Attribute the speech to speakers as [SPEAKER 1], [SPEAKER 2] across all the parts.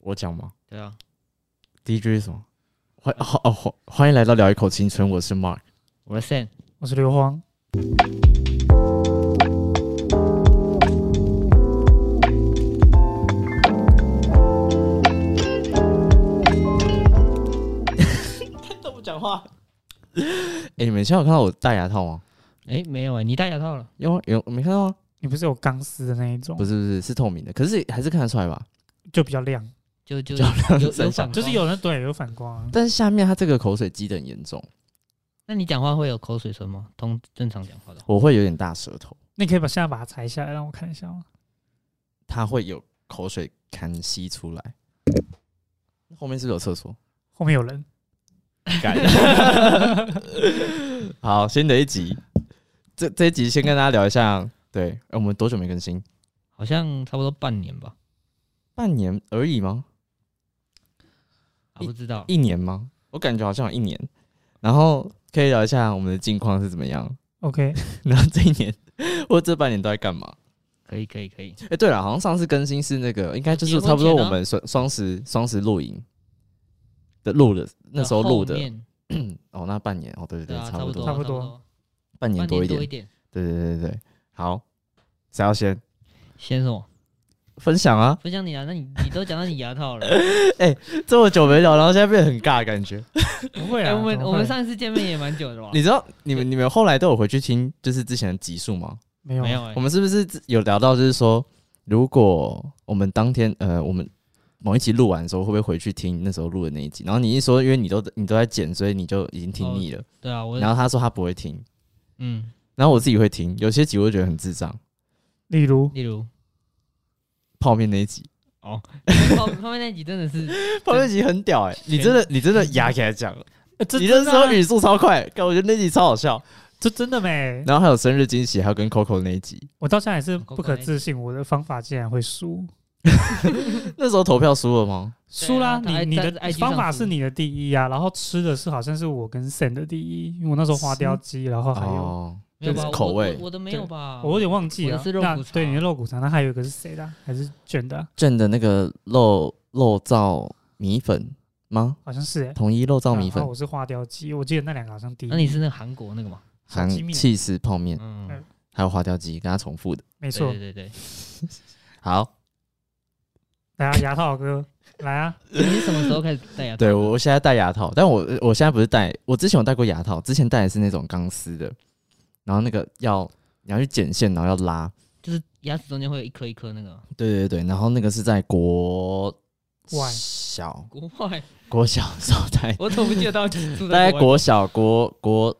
[SPEAKER 1] 我讲吗
[SPEAKER 2] 对啊，
[SPEAKER 1] 第一句是什么？欢好哦，欢欢迎来到聊一口青春，我是 Mark。
[SPEAKER 2] 我的 Sam
[SPEAKER 3] 我是刘荒，
[SPEAKER 2] 都不讲话。
[SPEAKER 1] 哎，你们现在有看到我戴牙套吗？
[SPEAKER 2] 哎，没有哎，你戴牙套了？
[SPEAKER 1] 有啊有没看到啊？
[SPEAKER 3] 你不是有钢丝的那一种
[SPEAKER 1] 不，是不是是透明的，可是还是看得出来吧？
[SPEAKER 3] 就比较亮，
[SPEAKER 2] 就就
[SPEAKER 1] 就
[SPEAKER 2] 有有
[SPEAKER 1] 三
[SPEAKER 2] 反
[SPEAKER 1] 下
[SPEAKER 2] 光
[SPEAKER 3] 就是。有人对有反光啊。
[SPEAKER 1] 但是下面它这个口水积得很严重，
[SPEAKER 2] 那你讲话会有口水声吗？通正常讲话的话，
[SPEAKER 1] 我会有点大舌头，
[SPEAKER 3] 你可以把现在把它裁下来让我看一下吗？
[SPEAKER 1] 它会有口水痰吸出来。后面是不是有厕所？
[SPEAKER 3] 后面有人，
[SPEAKER 1] 干。 好，新的一集，这这一集先跟大家聊一下。对，呃我们多久没更新？
[SPEAKER 2] 好像差不多半年吧，
[SPEAKER 1] 半年而已吗？
[SPEAKER 2] 啊，不知道。
[SPEAKER 1] 一年吗？我感觉好像有一年。然后可以聊一下我们的近况是怎么样。
[SPEAKER 3] OK，
[SPEAKER 1] 然后这一年或这半年都在干嘛？
[SPEAKER 2] 可以可以可以，
[SPEAKER 1] 哎、对了，好像上次更新是那个，应该就是
[SPEAKER 2] 结婚
[SPEAKER 1] 差不多
[SPEAKER 2] 前
[SPEAKER 1] 我
[SPEAKER 2] 啊
[SPEAKER 1] 们双双十双十露营的录的，那时候录的
[SPEAKER 2] 后面
[SPEAKER 1] 哦，那半年哦，对对对，
[SPEAKER 2] 对啊，
[SPEAKER 1] 差
[SPEAKER 2] 不
[SPEAKER 1] 多
[SPEAKER 3] 差不多
[SPEAKER 2] 多，
[SPEAKER 1] 半年
[SPEAKER 2] 半
[SPEAKER 1] 多一
[SPEAKER 2] 年
[SPEAKER 1] 点
[SPEAKER 2] 多一，点。
[SPEAKER 1] 对对对对对，好，谁要先
[SPEAKER 2] 先什么？
[SPEAKER 1] 分享啊？
[SPEAKER 2] 分享你啊？那你你都讲到你牙套 了。
[SPEAKER 1] 这么久没聊，然后现在变得很尬的感觉。
[SPEAKER 3] 不会
[SPEAKER 2] 哎，
[SPEAKER 3] 啊，
[SPEAKER 2] 我们
[SPEAKER 3] 怎么
[SPEAKER 2] 我
[SPEAKER 3] 会
[SPEAKER 2] 们上一次见面也蛮久的吧？
[SPEAKER 1] 你知道你们你们后来都有回去听就是之前的集数吗？
[SPEAKER 3] 没有
[SPEAKER 2] 没有哎
[SPEAKER 1] 我？们是不是有聊到就是说，如果我们当天呃我们某一集录完的时候，会不会回去听那时候录的那一集？然后你一说，因为你都你都在剪，所以你就已经听腻了。
[SPEAKER 2] 对啊，我
[SPEAKER 1] 然后他说他不会听，
[SPEAKER 2] 嗯，
[SPEAKER 1] 然后我自己会听，有些集我会觉得很智障，
[SPEAKER 3] 例如
[SPEAKER 2] 例 如
[SPEAKER 1] 泡面那一集，
[SPEAKER 2] 后后面那集真的是
[SPEAKER 1] 泡面那集很屌哎、 你真的你真的牙起来 讲了，
[SPEAKER 3] 呃这
[SPEAKER 1] 你那时候
[SPEAKER 3] 真的啊
[SPEAKER 1] 语速超快，干我觉得那集超好 笑。
[SPEAKER 3] 这真的没，
[SPEAKER 1] 然后还有生日惊喜，还有跟 Coco 那一集，
[SPEAKER 3] 我到现在还是不可置信，我的方法竟然会输，
[SPEAKER 2] 啊
[SPEAKER 1] 那时候投票输了吗？
[SPEAKER 3] 输啦！
[SPEAKER 2] 他还
[SPEAKER 3] 你你
[SPEAKER 2] 在
[SPEAKER 3] 的
[SPEAKER 2] IG
[SPEAKER 3] 方法
[SPEAKER 2] 上输
[SPEAKER 3] 是你的第一啊，然后吃的是好像是我跟 Sam 的第一，因为我那时候花雕鸡，然后还有
[SPEAKER 1] 哦，
[SPEAKER 2] 没 有
[SPEAKER 1] 就是
[SPEAKER 2] 吧？
[SPEAKER 1] 口
[SPEAKER 2] 我
[SPEAKER 1] 味
[SPEAKER 2] 我我的没有吧？
[SPEAKER 3] 我有点忘记
[SPEAKER 2] 我
[SPEAKER 3] 了
[SPEAKER 2] 的是，肉
[SPEAKER 3] 那
[SPEAKER 2] 骨茶
[SPEAKER 3] 对你的肉骨茶，那还有一个是谁的啊？还是卷的啊？
[SPEAKER 1] 正的那个肉肉燥米粉吗？
[SPEAKER 3] 好像是哎，
[SPEAKER 1] 统一肉燥米
[SPEAKER 3] 然
[SPEAKER 1] 粉
[SPEAKER 3] 后我、是花雕鸡，我记得那两个好像第一。
[SPEAKER 2] 那你是那个韩国那个吗？
[SPEAKER 3] 小
[SPEAKER 1] 韩
[SPEAKER 3] 鸡面
[SPEAKER 1] 气丝泡面，
[SPEAKER 2] 嗯
[SPEAKER 3] 嗯，
[SPEAKER 1] 还有花雕鸡，跟他重复的。
[SPEAKER 3] 没
[SPEAKER 2] 没
[SPEAKER 3] 错，
[SPEAKER 2] 对对对，
[SPEAKER 1] 好，
[SPEAKER 3] 来啊，牙套哥，来啊，
[SPEAKER 2] 对你是什么时候开始戴牙套？
[SPEAKER 1] 对我我现在戴牙套，但我我现在不是戴，我之前有戴过牙套，之前戴的是那种钢丝的，然后那个要你要去剪线，然后要拉，
[SPEAKER 2] 就是牙齿中间会有一颗一颗那个
[SPEAKER 1] 对对对，然后那个是在国
[SPEAKER 3] 外
[SPEAKER 1] 小
[SPEAKER 2] 国外，
[SPEAKER 1] 国小的时候戴，
[SPEAKER 2] 我怎么不记得到底 住
[SPEAKER 1] 大概
[SPEAKER 2] 在外
[SPEAKER 1] 国小国国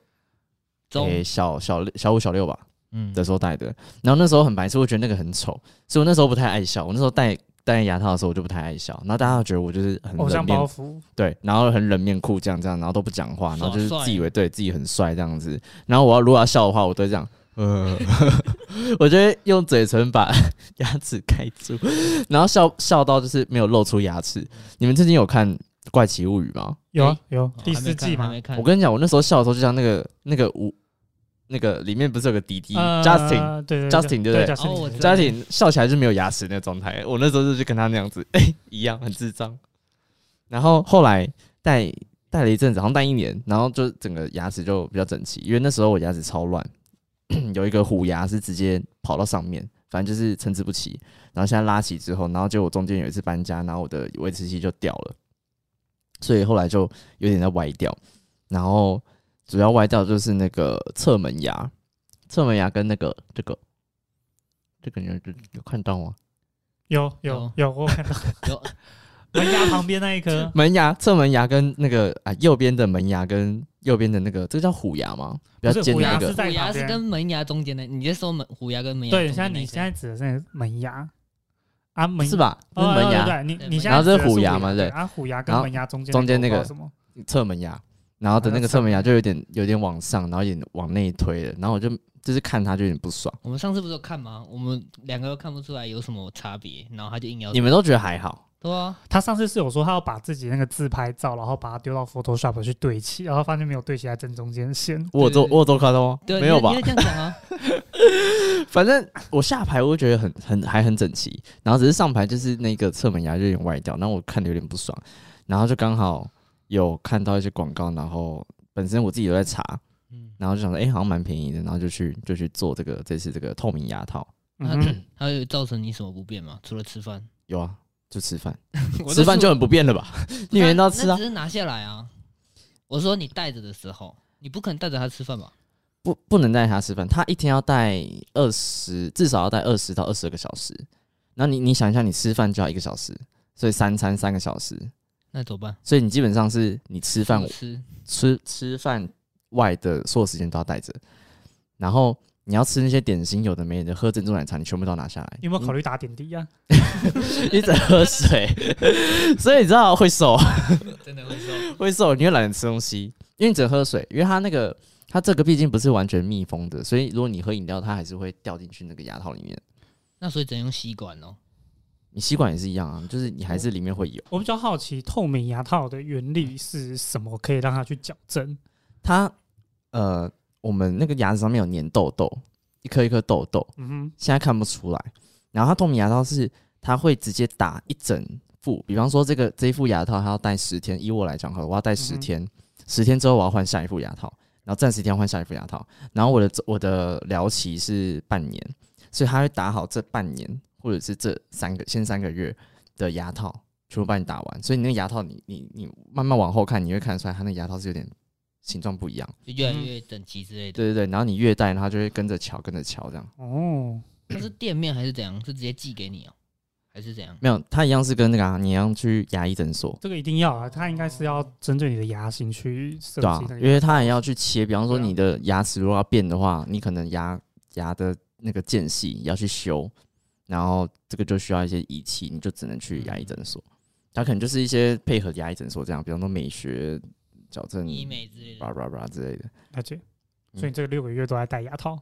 [SPEAKER 2] 中？
[SPEAKER 1] 诶小小六小五小六吧，
[SPEAKER 2] 嗯，
[SPEAKER 1] 的时候戴的，然后那时候很白痴，我觉得那个很丑，所以我那时候不太爱笑。我那时候戴戴牙套的时候，我就不太爱笑，然后大家都觉得我就是 很
[SPEAKER 3] 偶
[SPEAKER 1] 冷
[SPEAKER 3] 像包
[SPEAKER 1] 面，
[SPEAKER 3] 袱，
[SPEAKER 1] 对，然后很冷面酷这样这样，然后都不讲话，然
[SPEAKER 2] 耍
[SPEAKER 1] 后就是
[SPEAKER 2] 帅
[SPEAKER 1] 自以为对自己很帅这样子。然后我要如果要笑的话，我都会这样，呃， 我就会用嘴唇把牙齿盖住，然后笑笑到就是没有露出牙齿。你们最近有看《怪奇物语》吗？
[SPEAKER 3] 有啊
[SPEAKER 2] 哎
[SPEAKER 3] 有
[SPEAKER 2] 哦
[SPEAKER 3] 第四季
[SPEAKER 2] 还
[SPEAKER 3] 嘛，
[SPEAKER 2] 没看，
[SPEAKER 1] 我跟你讲，我那时候笑的时候，就像那个那个舞，那个里面不是有个滴滴、
[SPEAKER 3] 呃
[SPEAKER 1] Justin。
[SPEAKER 3] 对对
[SPEAKER 1] Justin，对不对
[SPEAKER 3] 对
[SPEAKER 2] 哦我
[SPEAKER 3] ？Justin，
[SPEAKER 2] 知道
[SPEAKER 1] 家庭笑起来是没有牙齿那个状态，我那时候就是跟他那样子， 哎、一样很智障。然后后来戴戴了一阵子，好像戴一年，然后就整个牙齿就比较整齐，因为那时候我牙齿超乱， 有一个虎牙是直接跑到上面，反正就是参差不齐。然后现在拉起之后，然后就我中间有一次搬家，然后我的维持器就掉了，所以后来就有点在歪掉。然后主要歪掉就是那个侧门牙，侧门牙跟那个这个这个你有有看到吗？
[SPEAKER 3] 有有有，我有看到
[SPEAKER 2] 哦 有
[SPEAKER 3] 门牙旁边那一颗，
[SPEAKER 1] 门牙、侧门牙跟那个啊右边的门牙跟右边的那个，这个叫虎牙吗？比较
[SPEAKER 3] 不是
[SPEAKER 1] 尖
[SPEAKER 3] 虎
[SPEAKER 1] 的那
[SPEAKER 3] 牙
[SPEAKER 1] 个
[SPEAKER 3] 是。在
[SPEAKER 2] 虎牙
[SPEAKER 3] 旁
[SPEAKER 2] 是
[SPEAKER 3] 边
[SPEAKER 2] 跟，门牙中间的，你在说门虎牙跟门牙中
[SPEAKER 3] 对，
[SPEAKER 2] 间那
[SPEAKER 3] 现
[SPEAKER 2] 一颗？
[SPEAKER 3] 在你现在指的是门牙啊，门
[SPEAKER 1] 是吧？那
[SPEAKER 3] 哦
[SPEAKER 1] 是门
[SPEAKER 3] 对
[SPEAKER 1] 牙、
[SPEAKER 3] 对，
[SPEAKER 2] 对
[SPEAKER 3] 对你你
[SPEAKER 2] 门
[SPEAKER 1] 牙
[SPEAKER 3] 现在
[SPEAKER 1] 然后这
[SPEAKER 3] 指
[SPEAKER 1] 是
[SPEAKER 3] 的是
[SPEAKER 1] 虎牙嘛对
[SPEAKER 3] 对，啊，虎牙跟
[SPEAKER 1] 然后
[SPEAKER 3] 门牙中间
[SPEAKER 1] 中间那
[SPEAKER 3] 个
[SPEAKER 1] 个
[SPEAKER 3] 不知道什么？
[SPEAKER 1] 侧门牙，然后的那个侧门牙就有点有点往上，然后有点往内推了，然后我就就是看他就有点不爽。
[SPEAKER 2] 我们上次不是有看吗？我们两个都看不出来有什么差别，然后他就硬要
[SPEAKER 1] 你们都觉得还好，
[SPEAKER 2] 对啊，
[SPEAKER 3] 他上次是有说他要把自己那个自拍照，然后把它丢到 Photoshop 去对齐，然后发现没有对齐在正中间线。
[SPEAKER 1] 我有做我有做夸张吗？
[SPEAKER 2] 对，
[SPEAKER 1] 没有吧
[SPEAKER 2] 因为？这样讲 啊，
[SPEAKER 1] 反正我下排我就觉得很很还很整齐，然后只是上排就是那个侧门牙就有点歪掉，然后我看的有点不爽，然后就刚好有看到一些广告，然后本身我自己有在查，
[SPEAKER 2] 嗯，
[SPEAKER 1] 然后就想说哎、诶好像蛮便宜的，然后就去就去做这个这次这个透明牙套，
[SPEAKER 2] 那
[SPEAKER 3] 嗯哼，
[SPEAKER 2] 还有造成你什么不便吗？除了吃 饭，
[SPEAKER 1] 有啊，就吃饭，
[SPEAKER 2] 我都
[SPEAKER 1] 吃饭
[SPEAKER 2] 说
[SPEAKER 1] 就很不便了 吧？你每天都要吃
[SPEAKER 2] 那
[SPEAKER 1] 啊
[SPEAKER 2] 只？是拿下来啊。我说你带着的时候，你不可能带着它吃饭吧？
[SPEAKER 1] 不不能带他吃饭，他一天要带二十，至少要带二十到二十二个小时，然后你你想一下，你吃饭就要一个小时，所以三餐三个小时。
[SPEAKER 2] 那怎么办？
[SPEAKER 1] 所以你基本上是你吃饭
[SPEAKER 2] 不吃，
[SPEAKER 1] 吃吃饭外的所有时间都要带着，然后你要吃那些点心，有的没的，喝珍珠奶茶，你全部都要拿下来。
[SPEAKER 3] 你有没有考虑打点滴啊？
[SPEAKER 1] 你一直喝 水？所以你知道会瘦，
[SPEAKER 2] 真的会瘦。
[SPEAKER 1] 会瘦，你会懒得吃东西，因为你只能喝水，因为它那个它这个毕竟不是完全密封的，所以如果你喝饮料，它还是会掉进去那个牙套里面。
[SPEAKER 2] 那所以只能用吸管哦。
[SPEAKER 1] 你吸管也是一样啊，就是你还是里面会有
[SPEAKER 3] 我比较好奇透明牙套的原理是什么，可以让它去矫正？
[SPEAKER 1] 它。呃，我们那个牙齿上面有粘痘痘，一颗一颗痘痘，
[SPEAKER 3] 嗯哼，
[SPEAKER 1] 现在看不出来。然后它透明牙套是它会直接打一整副，比方说这个这一副牙套它要戴十天，以我来讲好了，我要戴十天，十、天之后我要换下一副牙套，然后暂时一天换下一副牙套，然后我的我的疗期是半年，所以它会打好这半年或者是这三个先三个月的牙套。全部帮你打完，所以你那个牙套你，你你慢慢往后看，你会看得出来，它那个牙套是有点形状不一样。
[SPEAKER 2] 就越来越整齐之类的。
[SPEAKER 1] 嗯对对对，然后你越戴，它就会跟着翘，跟着翘这样。
[SPEAKER 3] 哦，
[SPEAKER 2] 那是店面还是怎样？是直接寄给你哦，还是怎样？
[SPEAKER 1] 没有，它一样是跟那个、啊、你一样去牙医诊所，
[SPEAKER 3] 这个一定要啊，它应该是要针对你的牙型去设
[SPEAKER 1] 对啊
[SPEAKER 3] 计那，个。
[SPEAKER 1] 因为它也要去切，比方说
[SPEAKER 3] 对啊
[SPEAKER 1] 你的牙齿如果要变的话，你可能牙牙的那个间隙要去修，然后这个就需要一些仪器，你就只能去牙医诊所。它可能就是一些配合牙医诊所这样，比方说美学矫正、
[SPEAKER 2] 医美之类
[SPEAKER 1] 叭
[SPEAKER 2] 的。
[SPEAKER 1] 叭叭之类的。
[SPEAKER 3] 了解。
[SPEAKER 1] 嗯
[SPEAKER 3] 所以你这个六个月都在戴牙套，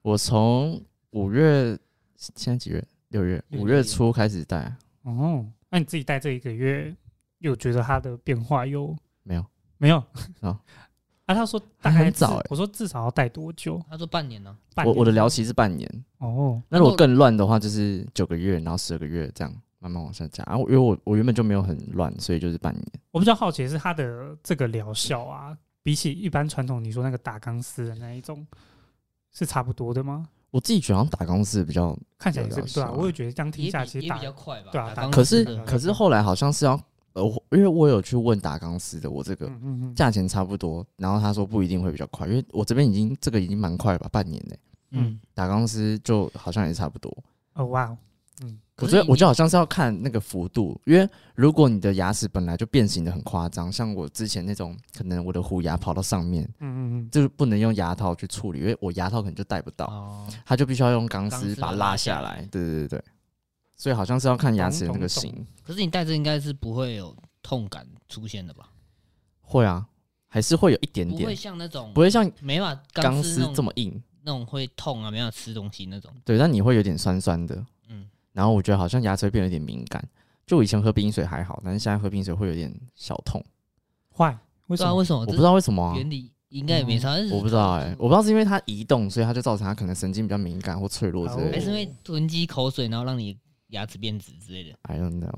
[SPEAKER 1] 我从五月现在几月？六月，
[SPEAKER 2] 六
[SPEAKER 1] 五
[SPEAKER 2] 月
[SPEAKER 1] 月初开始戴，啊
[SPEAKER 3] 哦，那你自己戴这一个月，有觉得它的变化有
[SPEAKER 1] 没有
[SPEAKER 3] 没有？
[SPEAKER 1] 哦
[SPEAKER 3] 啊，他说大
[SPEAKER 1] 还很
[SPEAKER 3] 概
[SPEAKER 1] 早
[SPEAKER 3] 至
[SPEAKER 1] 欸
[SPEAKER 3] 我说至少要戴多久？
[SPEAKER 2] 他说半年呢、
[SPEAKER 3] 半
[SPEAKER 1] 我
[SPEAKER 3] 年
[SPEAKER 1] 我的疗期是半年，
[SPEAKER 3] 哦，
[SPEAKER 1] 那如
[SPEAKER 2] 然后
[SPEAKER 1] 果更乱的话，就是九个月，然后十二个月这样慢慢往下加。然、后因为我我原本就没有很乱，所以就是半年。
[SPEAKER 3] 我比较好奇的是它的这个疗效啊，比起一般传统你说那个打钢丝的那一种，是差不多的吗？
[SPEAKER 1] 我自己觉得好像打公司比较，
[SPEAKER 3] 看起来也是
[SPEAKER 1] 有疗
[SPEAKER 3] 对啊，
[SPEAKER 1] 效
[SPEAKER 3] 我也觉得这样
[SPEAKER 2] 也
[SPEAKER 3] 听
[SPEAKER 2] 比
[SPEAKER 3] 下来其实
[SPEAKER 2] 也
[SPEAKER 3] 打
[SPEAKER 2] 比较快吧。
[SPEAKER 3] 对啊
[SPEAKER 2] 打钢
[SPEAKER 3] 打
[SPEAKER 1] 可
[SPEAKER 2] 丝
[SPEAKER 1] 是
[SPEAKER 2] 的
[SPEAKER 1] 可是后来好像是要呃，我因为我有去问打钢丝的，我这个
[SPEAKER 3] 嗯嗯嗯，
[SPEAKER 1] 价钱差不多，然后他说不一定会比较快，因为我这边已经这个已经蛮快了吧，半年呢、
[SPEAKER 2] 嗯，
[SPEAKER 1] 打钢丝就好像也差不多。
[SPEAKER 3] 哦哇哦，
[SPEAKER 1] 我
[SPEAKER 2] 可
[SPEAKER 1] 觉
[SPEAKER 2] 是
[SPEAKER 1] 得我觉得
[SPEAKER 2] 你
[SPEAKER 1] 好像是要看那个幅度，因为如果你的牙齿本来就变形的很夸张，像我之前那种，可能我的虎牙跑到上面，
[SPEAKER 3] 嗯嗯
[SPEAKER 1] 就是不能用牙套去处理，因为我牙套可能就戴不到。
[SPEAKER 2] 哦，
[SPEAKER 1] 他就必须要用钢
[SPEAKER 2] 钢丝
[SPEAKER 1] 丝把它
[SPEAKER 2] 拉
[SPEAKER 1] 拉
[SPEAKER 2] 下
[SPEAKER 1] 下来。对对对对，所以好像是要看牙
[SPEAKER 3] 懂
[SPEAKER 1] 齿的那
[SPEAKER 3] 懂
[SPEAKER 1] 个
[SPEAKER 3] 懂
[SPEAKER 1] 型。
[SPEAKER 2] 可是你戴着应该是不会有痛感出现的吧？
[SPEAKER 1] 会啊，还是会有一点
[SPEAKER 2] 不会
[SPEAKER 1] 点，
[SPEAKER 2] 像那种
[SPEAKER 1] 不会像
[SPEAKER 2] 没办法
[SPEAKER 1] 钢
[SPEAKER 2] 丝那
[SPEAKER 1] 丝
[SPEAKER 2] 种
[SPEAKER 1] 这么硬。
[SPEAKER 2] 那种会痛啊，没办法吃东西那种。
[SPEAKER 1] 对，但你会有点酸酸的。
[SPEAKER 2] 嗯，
[SPEAKER 1] 然后我觉得好像牙齿会变得有点敏感。就我以前喝冰水还好，但是现在喝冰水会有点小痛，
[SPEAKER 3] 坏，为什
[SPEAKER 2] 对啊，
[SPEAKER 3] 么？
[SPEAKER 2] 为什么？
[SPEAKER 1] 我不知道为什么啊，
[SPEAKER 2] 原理应该也没啥，但是
[SPEAKER 1] 我不知道哎、我不知道是因为它移动，所以它就造成它可能神经比较敏感或脆弱之类
[SPEAKER 2] 还
[SPEAKER 1] 的
[SPEAKER 2] 是。因为囤积口水，然后让你牙齿变直之类的。
[SPEAKER 1] I don't know。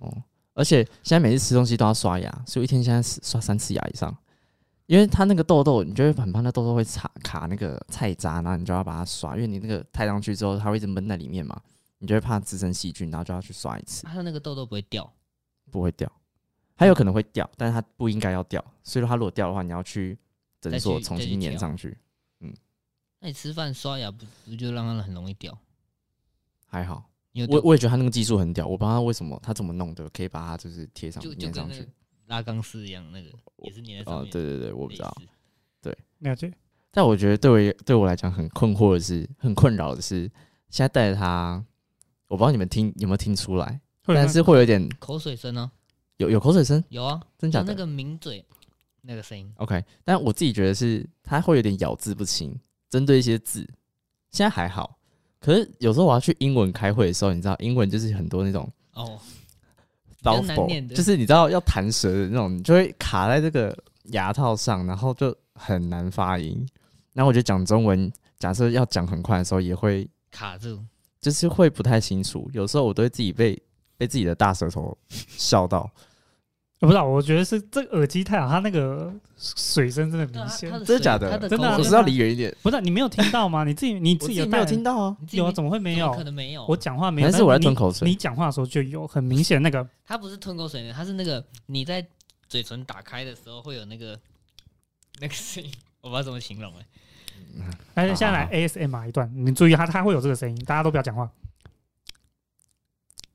[SPEAKER 1] 哦，而且现在每次吃东西都要刷牙，所以我一天现在是刷三次牙以上。因为它那个痘痘，你就会很怕那痘痘会卡卡那个菜渣，然后你就要把它刷，因为你那个太上去之后，它会一直闷在里面嘛，你就会怕滋生细菌，然后就要去刷一次，
[SPEAKER 2] 它那个痘痘不会掉，
[SPEAKER 1] 不会掉。它有可能会掉，但是它不应该要掉，所以说它如果掉的话，你要去诊
[SPEAKER 2] 再
[SPEAKER 1] 所
[SPEAKER 2] 去
[SPEAKER 1] 重
[SPEAKER 2] 再去
[SPEAKER 1] 新粘
[SPEAKER 2] 调
[SPEAKER 1] 上去，
[SPEAKER 2] 那你吃饭刷牙不不就让它很容易掉？
[SPEAKER 1] 还好。
[SPEAKER 2] 你有
[SPEAKER 1] 我
[SPEAKER 2] 掉
[SPEAKER 1] 我也觉得他那个技术很屌，我不知道他为什么他怎么弄的，可以把它就是贴上
[SPEAKER 2] 就就
[SPEAKER 1] 粘
[SPEAKER 2] 跟
[SPEAKER 1] 上
[SPEAKER 2] 那
[SPEAKER 1] 去
[SPEAKER 2] 个。拉钢丝一样，那个也是粘在上
[SPEAKER 1] 哦，
[SPEAKER 2] 面。
[SPEAKER 1] 对对对，我
[SPEAKER 2] 我
[SPEAKER 1] 不知道。。
[SPEAKER 3] 了解，
[SPEAKER 1] 但我觉得对我对我来讲很困惑的是，很困扰的是，现在戴着它，我不知道你们听有没有听出来，
[SPEAKER 3] 会有
[SPEAKER 1] 但
[SPEAKER 3] 那
[SPEAKER 1] 是会有点
[SPEAKER 2] 口水声呢？
[SPEAKER 1] 有有口水声，
[SPEAKER 2] 有啊，
[SPEAKER 1] 真
[SPEAKER 2] 就
[SPEAKER 1] 假
[SPEAKER 2] 那
[SPEAKER 1] 的、
[SPEAKER 2] 个抿嘴那个声音，
[SPEAKER 1] o k 但我自己觉得是它会有点咬字不清，针对一些字，现在还好。可是有时候我要去英文开会的时候，你知道英文就是很多那种
[SPEAKER 2] 哦，较
[SPEAKER 1] mouthful，
[SPEAKER 2] 难念的
[SPEAKER 1] 就是你知道要弹舌的那种，你就会卡在这个牙套上，然后就很难发音。然后我觉得讲中文，假设要讲很快的时候，也会
[SPEAKER 2] 卡住。
[SPEAKER 1] 就是会不太清楚。有时候我都会自己被被自己的大舌 头笑到。
[SPEAKER 3] 我不知道，我觉得是这个耳机太好，它那个水声真的
[SPEAKER 2] 对啊
[SPEAKER 3] 明显
[SPEAKER 2] 它。的
[SPEAKER 1] 真的
[SPEAKER 2] 水
[SPEAKER 1] 假的
[SPEAKER 2] 它的
[SPEAKER 3] 真的啊
[SPEAKER 2] 口
[SPEAKER 1] 我
[SPEAKER 2] 水
[SPEAKER 1] 是要离远一点，
[SPEAKER 3] 不是你没有听到吗？你自己你
[SPEAKER 1] 我
[SPEAKER 3] 自己
[SPEAKER 1] 己
[SPEAKER 3] 有
[SPEAKER 1] 没有
[SPEAKER 3] 戴
[SPEAKER 1] 听到啊。
[SPEAKER 2] 你自己
[SPEAKER 3] 有啊？怎么会没
[SPEAKER 2] 怎么
[SPEAKER 3] 有
[SPEAKER 2] 可？能没有。
[SPEAKER 3] 我讲话没有，
[SPEAKER 1] 还是我在
[SPEAKER 3] 但
[SPEAKER 1] 吞口水
[SPEAKER 3] 你讲话的时候就有很明显那个，
[SPEAKER 2] 它不是吞口水呢，它是那个你在嘴唇打开的时候会有那个那个声音， 我不知道怎么形容哎、
[SPEAKER 3] 而
[SPEAKER 1] 啊
[SPEAKER 3] 且现在来 ASMR 一段，你注意它，它会有这个声音，大家都不要讲话。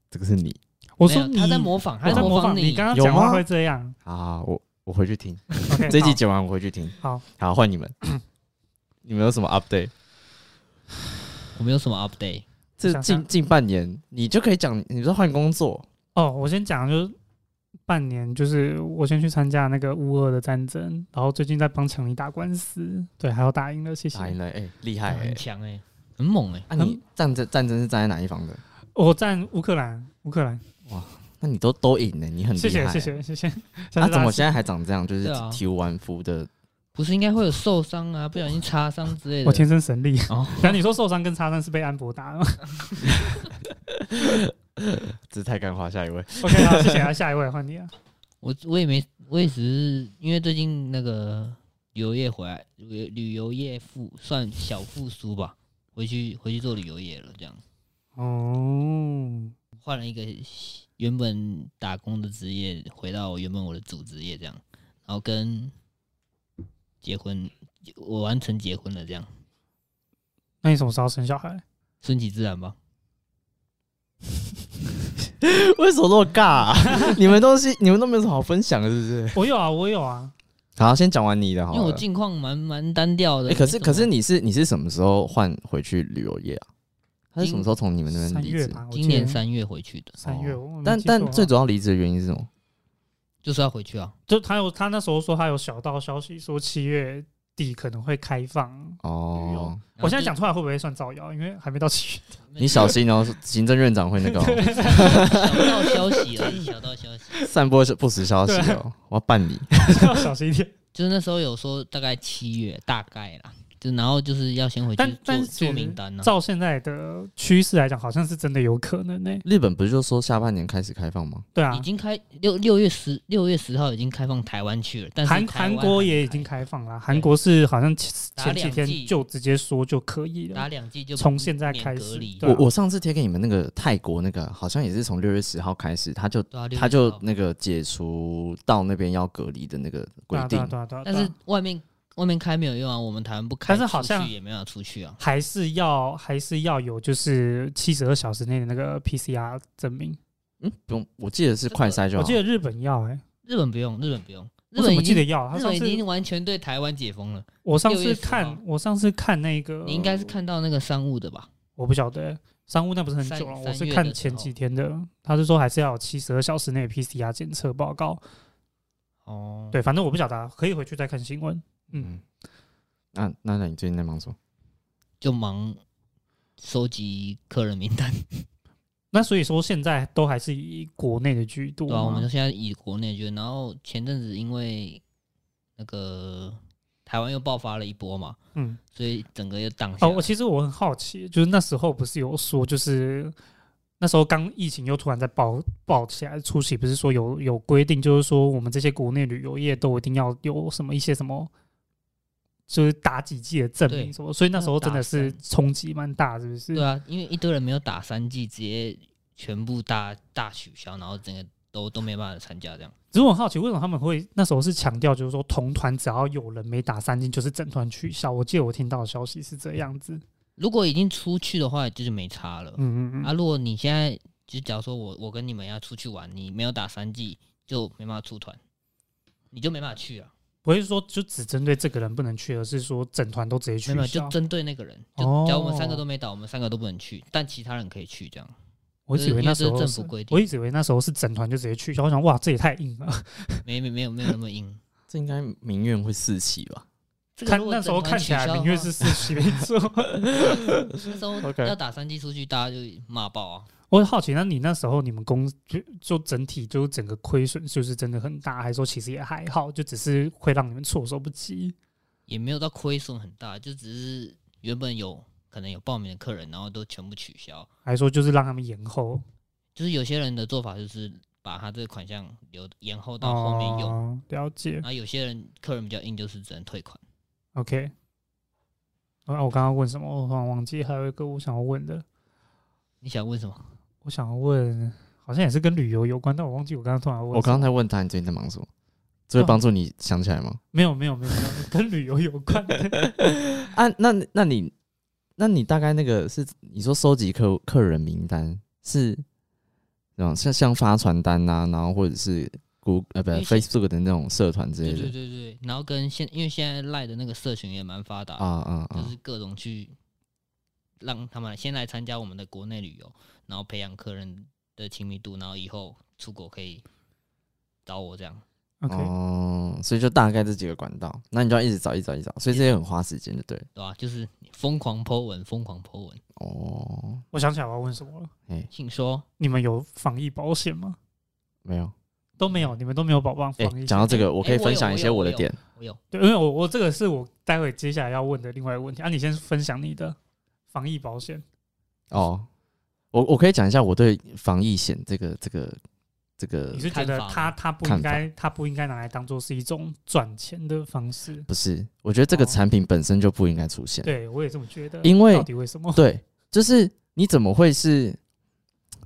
[SPEAKER 1] 这个是你
[SPEAKER 3] 我
[SPEAKER 2] 没
[SPEAKER 3] 说
[SPEAKER 2] 有
[SPEAKER 3] 你
[SPEAKER 2] 他在模仿，
[SPEAKER 3] 我
[SPEAKER 2] 他
[SPEAKER 3] 在模仿
[SPEAKER 2] 仿
[SPEAKER 3] 你，刚刚
[SPEAKER 1] 有
[SPEAKER 3] 讲话
[SPEAKER 1] 吗
[SPEAKER 3] 会这样。
[SPEAKER 1] 啊，我我回去 听，
[SPEAKER 3] OK，
[SPEAKER 1] 这一
[SPEAKER 3] 好
[SPEAKER 1] 集剪完我回去听。
[SPEAKER 3] 好，
[SPEAKER 1] 好，换 你们，你们有什么 update？
[SPEAKER 2] 我没有什么 update，
[SPEAKER 1] 这
[SPEAKER 3] 想
[SPEAKER 1] 近
[SPEAKER 3] 想
[SPEAKER 1] 近半年你就可以讲，你说换工作，
[SPEAKER 3] 哦，我先讲，就是半年，就是我先去参加那个乌俄的战争，然后最近在帮强尼打官司，对，还有打赢了，谢谢
[SPEAKER 1] 打。赢了，哎，厉害哎
[SPEAKER 2] 很。强哎、很猛哎、
[SPEAKER 1] 啊，
[SPEAKER 3] 嗯
[SPEAKER 1] 你战争战争是站在哪一方的？
[SPEAKER 3] 我站哦乌克兰，乌克兰，
[SPEAKER 1] 那你都都赢了，你很厉害。欸
[SPEAKER 3] 谢谢谢。谢谢谢。下
[SPEAKER 1] 那
[SPEAKER 3] 次
[SPEAKER 1] 啊怎
[SPEAKER 3] 大
[SPEAKER 1] 么
[SPEAKER 3] 家
[SPEAKER 1] 现在还长这样？就是
[SPEAKER 2] 对啊
[SPEAKER 1] 体无完肤的，
[SPEAKER 2] 不是应该会有受伤啊，不小心擦伤之类的。
[SPEAKER 3] 我天生神力。
[SPEAKER 2] 哦，
[SPEAKER 3] 然后你说受伤跟擦伤是被安博 打的吗
[SPEAKER 1] 这太干话。下一位，
[SPEAKER 3] ？OK，好，谢谢啊，下一位换你啊。
[SPEAKER 2] 我我也没，我也只是因为最近那个旅游业回来，旅旅游业复算小复苏吧，回去回去做旅游业了，这样
[SPEAKER 3] 哦，
[SPEAKER 2] 换了一个原本打工的职业，回到原本我的主职业这样，然后跟结婚，我完成结婚了这样，
[SPEAKER 3] 那你什么时候生小孩？
[SPEAKER 2] 顺其自然吧。
[SPEAKER 1] 为什么那么尬啊？你们都 是你们都没有什么好分享的，是不是？
[SPEAKER 3] 我有啊，我有啊。
[SPEAKER 1] 好，先讲完你的好
[SPEAKER 2] 因为我
[SPEAKER 1] 了。
[SPEAKER 2] 近况蛮蛮单调的。
[SPEAKER 1] 哎，可是
[SPEAKER 2] 没什么
[SPEAKER 1] 可是你是你是什么时候换回去旅游业啊？他是什么时候从你们那边
[SPEAKER 3] 三
[SPEAKER 1] 离
[SPEAKER 3] 月
[SPEAKER 1] 职？
[SPEAKER 3] 吧，我
[SPEAKER 2] 今
[SPEAKER 3] 记得
[SPEAKER 2] 年三月回去的，
[SPEAKER 3] 三月，
[SPEAKER 1] 哦
[SPEAKER 3] 我没
[SPEAKER 1] 但
[SPEAKER 3] 记错啊
[SPEAKER 1] 但
[SPEAKER 3] 的
[SPEAKER 1] 最
[SPEAKER 3] 话
[SPEAKER 1] 主要离职的原因是什么？
[SPEAKER 2] 就是要回去啊。
[SPEAKER 3] 就他有他那时候说他有小道消息说七月底可能会开
[SPEAKER 2] 啊
[SPEAKER 3] 放。旅
[SPEAKER 1] 哦
[SPEAKER 3] 游，我现在讲出来会不会算造谣？因为还没 到七月。
[SPEAKER 1] 你小心哦，行政院长会那个 哦
[SPEAKER 2] 小道消息而已，小道消息。
[SPEAKER 1] 散播不实消息哦，
[SPEAKER 3] 啊
[SPEAKER 1] 我要办理。
[SPEAKER 3] 要小心一点。
[SPEAKER 2] 就是那时候有说大概七月，大概啦，就然后就是要先回去
[SPEAKER 3] 但但
[SPEAKER 2] 做
[SPEAKER 3] 是其
[SPEAKER 2] 做
[SPEAKER 3] 实
[SPEAKER 2] 名单呢、啊
[SPEAKER 3] 照现在的趋势来讲，好像是真的有可能呢、
[SPEAKER 1] 日本不是就说下半年开始开放吗？
[SPEAKER 3] 对啊
[SPEAKER 2] 已，经开六六月十六月十号已经开放台湾去了，但是
[SPEAKER 3] 韩
[SPEAKER 2] 台湾
[SPEAKER 3] 韩
[SPEAKER 2] 还
[SPEAKER 3] 国也已经开放了，韩国是好像前
[SPEAKER 2] 打
[SPEAKER 3] 前
[SPEAKER 2] 两剂
[SPEAKER 3] 几天就直接说就可以
[SPEAKER 2] 打
[SPEAKER 3] 了。
[SPEAKER 2] 两剂就
[SPEAKER 3] 从现在开始
[SPEAKER 2] 免隔离，
[SPEAKER 3] 对啊
[SPEAKER 1] 我我上次贴给你们那个泰国那个，好像也是从六月十号开始，他就
[SPEAKER 2] 对啊，六月
[SPEAKER 1] 他
[SPEAKER 2] 10
[SPEAKER 1] 就
[SPEAKER 2] 号
[SPEAKER 1] 那个解除到那边要隔离的那个规
[SPEAKER 3] 对啊，
[SPEAKER 1] 定
[SPEAKER 3] 对啊，。对啊，对啊。
[SPEAKER 2] 但
[SPEAKER 3] 对啊
[SPEAKER 2] 是外面外面开没有用啊，我们台湾不开，
[SPEAKER 3] 但是好像
[SPEAKER 2] 出去也没办法出去啊。
[SPEAKER 3] 还是要还是要有就是七十二小时内的那个 PCR 证明。
[SPEAKER 1] 嗯，不用，我记得是快筛就
[SPEAKER 3] 我
[SPEAKER 1] 好。
[SPEAKER 3] 记得日本要哎、
[SPEAKER 2] 日本不用，日本不用，日
[SPEAKER 3] 我怎
[SPEAKER 2] 本
[SPEAKER 3] 么
[SPEAKER 2] 已
[SPEAKER 3] 记
[SPEAKER 2] 经
[SPEAKER 3] 得要？他
[SPEAKER 2] 日
[SPEAKER 3] 上
[SPEAKER 2] 本已
[SPEAKER 3] 次
[SPEAKER 2] 经完全对台湾解封了。
[SPEAKER 3] 我上
[SPEAKER 2] 6
[SPEAKER 3] 次
[SPEAKER 2] 月10号
[SPEAKER 3] 看我上次看那个，
[SPEAKER 2] 你应该是看到那个商务的吧？
[SPEAKER 3] 我不晓得、商务那不是很久了，
[SPEAKER 2] 三
[SPEAKER 3] 我是
[SPEAKER 2] 三月的
[SPEAKER 3] 看前几天的，他是说还是要有七十二小时内的 PCR 检测报告。
[SPEAKER 2] 哦，
[SPEAKER 3] 对，反正我不晓得啊，可以回去再看新闻。嗯，
[SPEAKER 1] 那那那你最近在忙什么？
[SPEAKER 2] 就忙收集客人名单，
[SPEAKER 3] 那所以说现在都还是以国内的居多
[SPEAKER 2] 对
[SPEAKER 3] 嘛。
[SPEAKER 2] 啊，我们就现在以国内就，然后前阵子因为那个台湾又爆发了一波嘛，
[SPEAKER 3] 嗯，
[SPEAKER 2] 所以整个又荡下
[SPEAKER 3] 哦，
[SPEAKER 2] 来。
[SPEAKER 3] 我其实我很好奇，就是那时候不是有说，就是那时候刚疫情又突然在爆爆起来，初期不是说有有规定，就是说我们这些国内旅游业都一定要有什么一些什么。就是打几剂的证
[SPEAKER 2] 对
[SPEAKER 3] 明什么，所以那时候真的是冲击蛮大，是不是？
[SPEAKER 2] 对啊，因为一堆人没有打三剂，直接全部大大取消，然后整个都都没办法参加这样。
[SPEAKER 3] 只是我很好奇，为什么他们会那时候是强调，就是说同团只要有人没打三金，就是整团取消。我记得我听到的消息是这样子。
[SPEAKER 2] 如果已经出去的话，就是没差了。
[SPEAKER 3] 嗯嗯
[SPEAKER 2] 啊，
[SPEAKER 3] 嗯。
[SPEAKER 2] 如果你现在就假如说我我跟你们要出去玩，你没有打三剂，就没办法出团，你就没办法去啊。
[SPEAKER 3] 不会说就只针对这个人不能去，而是说整团都直接取
[SPEAKER 2] 没有，没有
[SPEAKER 3] 消
[SPEAKER 2] 就。针对那个人。就
[SPEAKER 3] 哦
[SPEAKER 2] 假如我们三个都没打，我们三个都不能去，但其他人可以去这样。
[SPEAKER 3] 我一直以为那时
[SPEAKER 2] 因为
[SPEAKER 3] 候
[SPEAKER 2] 这
[SPEAKER 3] 是
[SPEAKER 2] 是政府规定
[SPEAKER 3] 我一直以为那时候是整团就直接取消。我想哇，这也太硬了。
[SPEAKER 2] 没没没有没有那么硬。
[SPEAKER 1] 这应该民怨会四起吧？
[SPEAKER 2] 这个
[SPEAKER 3] 看
[SPEAKER 2] 如果
[SPEAKER 3] 那时候
[SPEAKER 2] 整团
[SPEAKER 3] 看起来
[SPEAKER 2] 取消的
[SPEAKER 3] 明
[SPEAKER 2] 话
[SPEAKER 3] 月是四七没错。
[SPEAKER 2] 那时候
[SPEAKER 1] OK
[SPEAKER 2] 要打三 G 出去，大家就骂爆啊！
[SPEAKER 3] 我很好奇，那你那时候你们公就就整体就整个亏损就是真的很大，还是说其实也还好，就只是会让你们措手不及？
[SPEAKER 2] 也没有到亏损很大，就只是原本有可能有报名的客人，然后都全部取消。
[SPEAKER 3] 还是说就是让他们延后
[SPEAKER 2] 就是有些人的做法就是把他这个款项留延后到后面用，
[SPEAKER 3] 哦、了解
[SPEAKER 2] 然后有些人客人比较硬，就是只能退款。
[SPEAKER 3] ，OK。啊，我刚刚问什么？我突然忘记，还有一个我想要问的，
[SPEAKER 2] 你想问什么？
[SPEAKER 3] 我想要问，好像也是跟旅游有关，但我忘记我刚刚突然问什么。
[SPEAKER 1] 我刚才问他你最近在忙什么，这会帮助你想起来吗？
[SPEAKER 3] 没有没有没有没有跟旅游有 关的，
[SPEAKER 1] 啊，那那你那你大概那个是你说收集客客人名单是，嗯，像像发传单呐、然后或者是 Google 呃不
[SPEAKER 2] 因为现
[SPEAKER 1] Facebook 的那种社团之类
[SPEAKER 2] 对对
[SPEAKER 1] 的
[SPEAKER 2] 对对，然后跟现因为现在赖的那个社群也蛮发达的，
[SPEAKER 1] 啊啊
[SPEAKER 2] 就
[SPEAKER 1] 啊
[SPEAKER 2] 是各种去让他们先来参加我们的国内旅游，然后培养客人的亲密度，然后以后出国可以找我这样。
[SPEAKER 3] ，OK，、
[SPEAKER 1] 哦，所以就大概这几个管道，那你就要一直找一直找一直找，所以这些很花时间，就对了
[SPEAKER 2] 对吧、就是疯狂 Po 文，疯狂 Po 文。
[SPEAKER 1] 哦，
[SPEAKER 3] 我想起来我要问什么了。
[SPEAKER 2] 请说，
[SPEAKER 3] 你们有防疫保险吗？
[SPEAKER 1] 没有
[SPEAKER 3] 都没有，你们都没有保障
[SPEAKER 1] 哎
[SPEAKER 3] 防疫险。，
[SPEAKER 1] 讲、到这个，我可以
[SPEAKER 2] 哎我有
[SPEAKER 1] 分享一些我的
[SPEAKER 2] 有
[SPEAKER 1] 点。
[SPEAKER 2] 我有
[SPEAKER 3] 对，因为我我这个是我待会接下来要问的另外一个问题啊，你先分享你的防疫保险。
[SPEAKER 1] 哦，我我可以讲一下我对防疫险这个这个这个
[SPEAKER 3] 你是觉得
[SPEAKER 2] 呃看法
[SPEAKER 3] 它
[SPEAKER 2] 吗
[SPEAKER 3] 它不
[SPEAKER 1] 看
[SPEAKER 3] 应该它不应该拿来当做是一种赚钱的方式？
[SPEAKER 1] 不是，我觉得这个
[SPEAKER 3] 哦
[SPEAKER 1] 产品本身就不应该出现。
[SPEAKER 3] 对我也这么觉得。
[SPEAKER 1] 因为
[SPEAKER 3] 到底为什么？
[SPEAKER 1] 对，就是你怎么会是，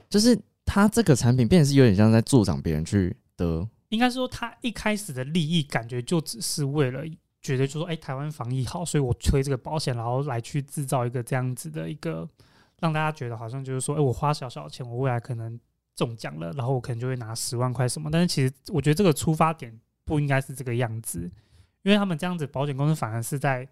[SPEAKER 1] 就是他这个产品变成是有点像在助长别人去得，
[SPEAKER 3] 应该说他一开始的利益感觉就只是为了觉得就说，哎、台湾防疫好，所以我推这个保险，然后来去制造一个这样子的一个让大家觉得好像就是说，哎、我花小小的钱，我未来可能中奖了，然后我可能就会拿十万块什么。但是其实我觉得这个出发点不应该是这个样子，因为他们这样子保险公司反而是在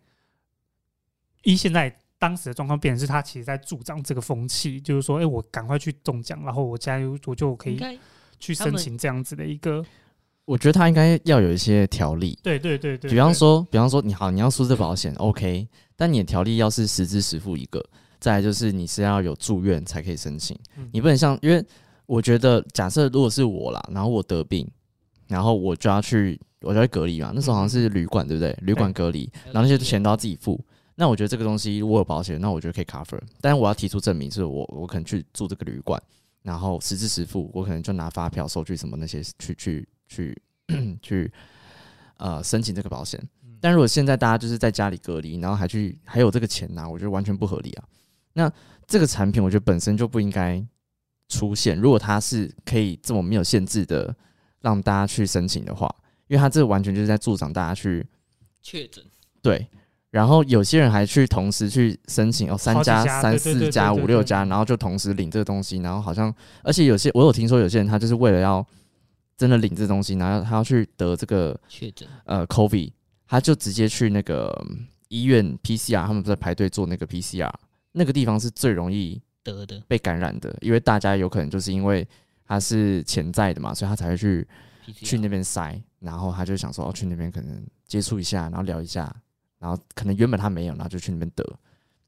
[SPEAKER 3] 一现在。当时的状况变成是他其实在助长这个风气，就是说，哎、我赶快去中奖，然后我现在我就可
[SPEAKER 2] 应
[SPEAKER 3] 以
[SPEAKER 2] 该
[SPEAKER 3] 去
[SPEAKER 2] 他
[SPEAKER 3] 申
[SPEAKER 2] 们
[SPEAKER 3] 请这样子的一个
[SPEAKER 1] 我觉得他应该要有一些条例，
[SPEAKER 3] 对对对对，
[SPEAKER 1] 比方
[SPEAKER 3] 对，
[SPEAKER 1] 说，比方说你好，你要出这保险，OK，但你的条例要是实支实付一个，再来就是你是要有住院才可以申请，
[SPEAKER 3] 嗯
[SPEAKER 1] 你不能像，因为我觉得假设如果是我啦，然后我得病，然后我就要去，我就要去隔离嘛，那时候好像是旅馆对不对？旅馆隔离，然后那些钱都要自己付。那我觉得这个东西我有保险，那我觉得可以 cover，但是我要提出证明，是我我可能去住这个旅馆，然后实支实付，我可能就拿发票、收据什么那些去去去 去呃申请这个保险。但如果现在大家就是在家里隔离，然后还去还有这个钱拿、我觉得完全不合理啊。那这个产品，我觉得本身就不应该出现。如果它是可以这么没有限制的让大家去申请的话，因为它这完全就是在助长大家去
[SPEAKER 2] 确诊，
[SPEAKER 1] 对，然后有些人还去同时去申请哦，三
[SPEAKER 3] 好几
[SPEAKER 1] 加
[SPEAKER 3] 家
[SPEAKER 1] 三、
[SPEAKER 3] 对对
[SPEAKER 1] 四
[SPEAKER 3] 对
[SPEAKER 1] 加
[SPEAKER 3] 对
[SPEAKER 1] 五、
[SPEAKER 3] 对
[SPEAKER 1] 六加，然后就同时领这个东西，然后好像，而且有些我有听说有些人他就是为了要真的领这东西，然后他要去得这个
[SPEAKER 2] 确诊，
[SPEAKER 1] 呃 COVID，他就直接去那个嗯医院 PCR，他们不是在排队做那个 PCR，那个地方是最容易
[SPEAKER 2] 得的
[SPEAKER 1] 被感染的，因为大家有可能就是因为他是潜在的嘛，所以他才会去
[SPEAKER 2] PCR
[SPEAKER 1] 去那边塞，然后他就想说，哦，去那边可能接触一下，然后聊一下，然后可能原本他没有，然后就去那边得，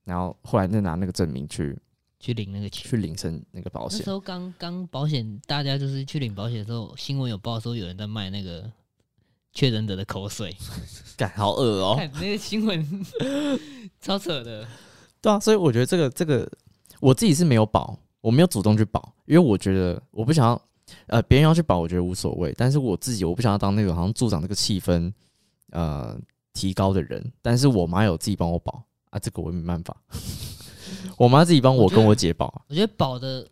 [SPEAKER 1] 然后后来再拿那个证明去
[SPEAKER 2] 去领那个钱。
[SPEAKER 1] 去领申那个保
[SPEAKER 2] 那
[SPEAKER 1] 险
[SPEAKER 2] 时。候刚刚保险，大家就是去领保险的时候，新闻有报说有人在卖那个确诊者的口水，
[SPEAKER 1] 感好恶哦、
[SPEAKER 2] 看那个新闻 超扯的。
[SPEAKER 1] 对啊，所以我觉得这个这个我自己是没有保，我没有主动去保，因为我觉得我不想要，呃，别人要去保，我觉得无所谓，但是我自己我不想要当那个好像助长这个气氛，呃，提高的人。但是我妈有自己帮我保啊，这个我也没办法， 我妈自己帮我跟我姐保，
[SPEAKER 2] 我觉得保的，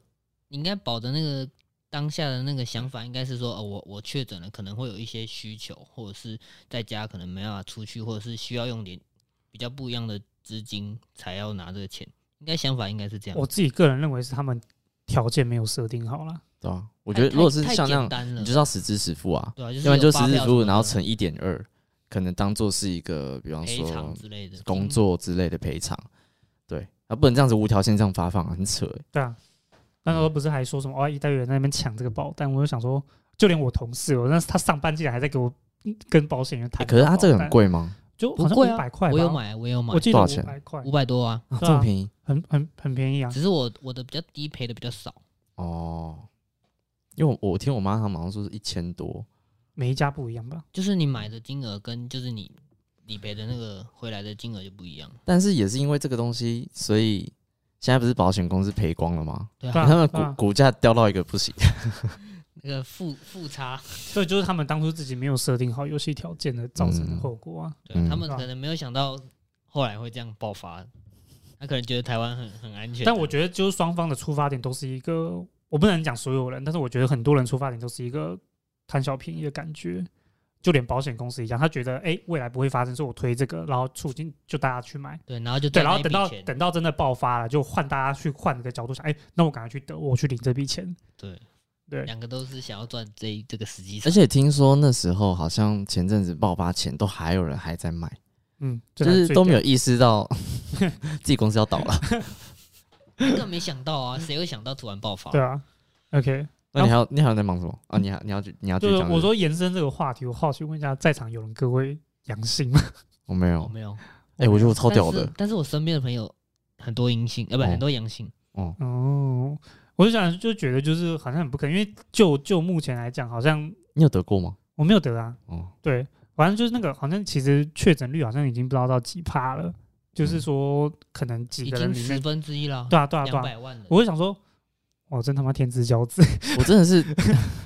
[SPEAKER 2] 你应该保的那个当下的那个想法，应该是说，哦，我我确诊了，可能会有一些需求，或者是在家可能没办法出去，或者是需要用点比较不一样的资金才要拿这个钱。应该想法应该是这样。
[SPEAKER 3] 我自己个人认为是他们条件没有设定好了。
[SPEAKER 1] 对啊？我
[SPEAKER 2] 我
[SPEAKER 1] 觉得如果是像那样，
[SPEAKER 2] 单了
[SPEAKER 1] 你，就是要实支实付啊，
[SPEAKER 2] 对啊，就是
[SPEAKER 1] 要不然就
[SPEAKER 2] 有
[SPEAKER 1] 实
[SPEAKER 2] 发
[SPEAKER 1] 支
[SPEAKER 2] 票
[SPEAKER 1] 实
[SPEAKER 2] 什么
[SPEAKER 1] 付，
[SPEAKER 2] 的
[SPEAKER 1] 然后乘一点二，可能当做是一个，比方
[SPEAKER 2] 赔偿
[SPEAKER 1] 说
[SPEAKER 2] 之类的嗯
[SPEAKER 1] 工。作之类的赔偿，对，啊，不能这样子无条件这样发放啊，很扯欸、
[SPEAKER 3] 对啊，那时候不是还说什么哦，一代人在那边抢这个保单，我就想说，就连我同事哦，那他上班竟然还在给我跟保险员
[SPEAKER 1] 欸
[SPEAKER 3] 谈、
[SPEAKER 1] 可是它这个很，贵吗？
[SPEAKER 3] 就
[SPEAKER 2] 不
[SPEAKER 3] 好像
[SPEAKER 2] 贵
[SPEAKER 3] 五
[SPEAKER 2] 啊
[SPEAKER 3] 百块，
[SPEAKER 2] 我有，买，我有买
[SPEAKER 3] 我，记得
[SPEAKER 1] 多少钱
[SPEAKER 3] 五百块
[SPEAKER 2] 五，百多啊，
[SPEAKER 1] 啊，
[SPEAKER 3] 对
[SPEAKER 1] 这
[SPEAKER 3] 啊
[SPEAKER 1] 么便宜
[SPEAKER 3] 很很很便宜啊。
[SPEAKER 2] 只是我我的比较低，赔的比较少。
[SPEAKER 1] 哦，因为我我听我妈她们好像说是一千多，
[SPEAKER 3] 每一家不一样吧？
[SPEAKER 2] 就是你买的金额跟就是你理赔的那个回来的金额就不一样。
[SPEAKER 1] 但是也是因为这个东西，所以现在不是保险公司赔光了吗？
[SPEAKER 2] 对
[SPEAKER 3] 对
[SPEAKER 2] 啊，
[SPEAKER 3] 啊
[SPEAKER 1] 他们股
[SPEAKER 3] 对啊
[SPEAKER 1] 股价掉到一个 不行。
[SPEAKER 2] 那个负负差，
[SPEAKER 3] 所以就是他们当初自己没有设定好游戏条件的造成的
[SPEAKER 1] 嗯
[SPEAKER 3] 后果啊。
[SPEAKER 2] 对啊、
[SPEAKER 1] 嗯
[SPEAKER 2] 他们可能没有想到后来会这样爆发，他可能觉得台湾很很安全。啊
[SPEAKER 3] 但我觉得就是双方的出发点都是一个，我不能讲所有人，但是我觉得很多人出发点都是一个贪小便宜的感觉，就连保险公司一样，他觉得哎、诶未来不会发生，所以我推这个，然后促进就大家去买。
[SPEAKER 2] 对，然后就
[SPEAKER 3] 对，
[SPEAKER 2] 赚那
[SPEAKER 3] 然后
[SPEAKER 2] 一
[SPEAKER 3] 等到
[SPEAKER 2] 笔钱
[SPEAKER 3] 等到真的爆发了，就换大家去换个角度想，哎、那我赶快去得，我去领这笔钱。
[SPEAKER 2] 对
[SPEAKER 3] 对，
[SPEAKER 2] 两个都是想要赚这一这个时机，
[SPEAKER 1] 而且听说那时候好像前阵子爆发前都还有人还在卖，
[SPEAKER 3] 嗯，
[SPEAKER 1] 就
[SPEAKER 3] 这才
[SPEAKER 1] 是
[SPEAKER 3] 最
[SPEAKER 1] 都没
[SPEAKER 3] 屌
[SPEAKER 1] 有意识 到自己公司要倒了。
[SPEAKER 2] 根本没想到啊，谁会想到突然爆发？
[SPEAKER 3] 对啊。OK，
[SPEAKER 1] 那你还有你还有在忙什么啊？你还你要去你要去
[SPEAKER 3] 就是
[SPEAKER 1] 讲？
[SPEAKER 3] 我说延伸这个话题，我好奇问一下，在场有人各位阳性吗？
[SPEAKER 1] 我没有
[SPEAKER 2] 我，没有，
[SPEAKER 1] 哎、我觉得我超屌
[SPEAKER 2] 但
[SPEAKER 1] 的
[SPEAKER 2] 是。但是我身边的朋友很多阴性，呃，不，
[SPEAKER 1] 哦
[SPEAKER 2] 很多阳性。
[SPEAKER 1] 哦，
[SPEAKER 3] 哦，我就想就觉得就是好像很不可能，因为就就目前来讲，好像
[SPEAKER 1] 你有得过吗？
[SPEAKER 3] 我没有得啊。
[SPEAKER 1] 哦，
[SPEAKER 3] 对，反正就是那个好像其实确诊率好像已经不知道到几趴了，就是说可能几
[SPEAKER 2] 嗯已
[SPEAKER 3] 个人
[SPEAKER 2] 经
[SPEAKER 3] 里
[SPEAKER 2] 十
[SPEAKER 3] 面，
[SPEAKER 2] 分之一了，
[SPEAKER 3] 对啊对啊对
[SPEAKER 2] 两
[SPEAKER 3] 啊，
[SPEAKER 2] 百万人。
[SPEAKER 3] 我就想说，哇，真他妈天之骄子，
[SPEAKER 1] 我真的 是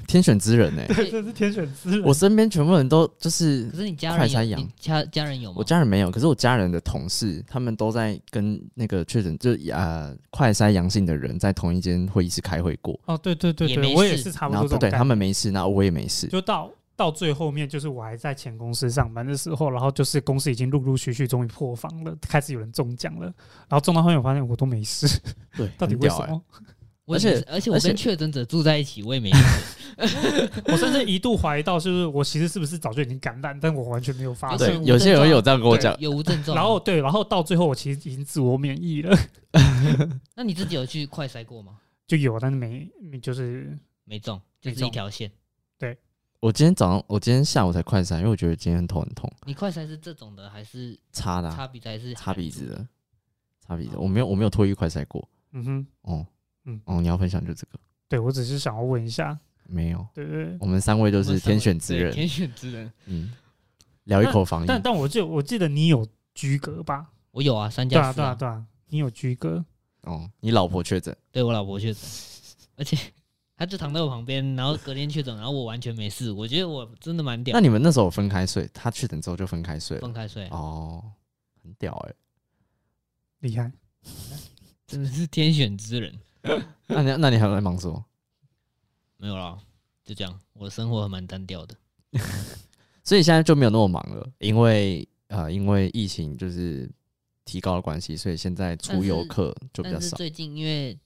[SPEAKER 1] 天选之人哎、
[SPEAKER 3] 真是天选之人。
[SPEAKER 1] 我身边全部人都就是
[SPEAKER 2] 可是你家
[SPEAKER 1] 快
[SPEAKER 2] 人
[SPEAKER 1] 筛
[SPEAKER 2] 有，
[SPEAKER 1] 阳
[SPEAKER 2] 你家家人有吗？
[SPEAKER 1] 我家人没有，可是我家人的同事他们都在跟那个确诊就呃快筛阳性的人在同一间会议室开会过，
[SPEAKER 3] 哦，对对对
[SPEAKER 2] 也
[SPEAKER 3] 对，
[SPEAKER 2] 没
[SPEAKER 3] 我也
[SPEAKER 2] 事
[SPEAKER 3] 是差不
[SPEAKER 1] 然后
[SPEAKER 3] 多这
[SPEAKER 1] 不
[SPEAKER 3] 种
[SPEAKER 1] 对，
[SPEAKER 3] 感
[SPEAKER 1] 他
[SPEAKER 3] 觉。
[SPEAKER 1] 们没事，那我也没事。
[SPEAKER 3] 就到到最后面，就是我还在前公司上班的时候，然后就是公司已经陆陆续续终于破防了，开始有人中奖了，然后中到后面我发现我都没事，
[SPEAKER 1] 对，
[SPEAKER 3] 到底
[SPEAKER 1] 很
[SPEAKER 3] 为
[SPEAKER 1] 屌
[SPEAKER 3] 什
[SPEAKER 1] 哎、
[SPEAKER 3] 么？
[SPEAKER 2] 我
[SPEAKER 1] 而且
[SPEAKER 2] 也是而且我
[SPEAKER 1] 而且
[SPEAKER 2] 跟确诊者住在一起，我 也没
[SPEAKER 3] 我甚至一度怀疑到，就是我其实是不是早就已经感染，但我完全没有发
[SPEAKER 2] 而且
[SPEAKER 3] 现。
[SPEAKER 1] 对，
[SPEAKER 2] 我
[SPEAKER 1] 有些
[SPEAKER 2] 症
[SPEAKER 1] 人
[SPEAKER 2] 状
[SPEAKER 1] 有这样跟我讲，
[SPEAKER 2] 有无症状。
[SPEAKER 3] 然后，对，然后到最后我其实已经自我免疫了，
[SPEAKER 2] 那你自己有去快筛过吗？
[SPEAKER 3] 就有，但是没，就是
[SPEAKER 2] 没中，就
[SPEAKER 3] 没
[SPEAKER 2] 是一
[SPEAKER 3] 中
[SPEAKER 2] 条线。
[SPEAKER 1] 我今天早上我今天下午才快筛，因为我觉得今天头很痛，
[SPEAKER 2] 你快筛是这种的，还是
[SPEAKER 1] 擦的啊、
[SPEAKER 2] 擦鼻子，还是
[SPEAKER 1] 擦鼻子
[SPEAKER 2] 含住？
[SPEAKER 1] 的，擦鼻子，
[SPEAKER 2] 哦
[SPEAKER 1] 我没有我没有脱衣快筛过。
[SPEAKER 3] 嗯哼，
[SPEAKER 1] 哦，
[SPEAKER 3] 嗯
[SPEAKER 1] 嗯，哦，你要分享就这个
[SPEAKER 3] 对我只是想要问一下，
[SPEAKER 1] 没有？
[SPEAKER 3] 对对对。
[SPEAKER 1] 我们三位都
[SPEAKER 2] 我
[SPEAKER 1] 是
[SPEAKER 2] 们三位
[SPEAKER 1] 天选之
[SPEAKER 2] 对
[SPEAKER 1] 人，
[SPEAKER 2] 天选之人，
[SPEAKER 1] 嗯，聊一口防疫，
[SPEAKER 3] 但但我记我记得你有居隔吧？
[SPEAKER 2] 我有啊，三
[SPEAKER 3] 对
[SPEAKER 2] 加
[SPEAKER 3] 啊
[SPEAKER 2] 四
[SPEAKER 3] 对啊对啊，你有居隔，
[SPEAKER 1] 哦，你老婆确诊，
[SPEAKER 2] 对我老婆确诊，而且 她就躺在我旁边，然后隔天确诊，然后我完全没事，我觉得我真的蛮屌
[SPEAKER 1] 那。你们那时候有分开睡，她确诊之后就分开睡了
[SPEAKER 2] 分，开睡，
[SPEAKER 1] 哦，很屌哎、
[SPEAKER 3] 厉害。
[SPEAKER 2] 真的是天选之人。
[SPEAKER 1] 那你那你还有在忙什么？
[SPEAKER 2] 没有啦，就这样，我的生活还蛮单调的。
[SPEAKER 1] 所以现在就没有那么忙了，因为呃，因为疫情就是提高了关系，所以现在出游客就比较
[SPEAKER 2] 但是
[SPEAKER 1] 少。
[SPEAKER 2] 最近因为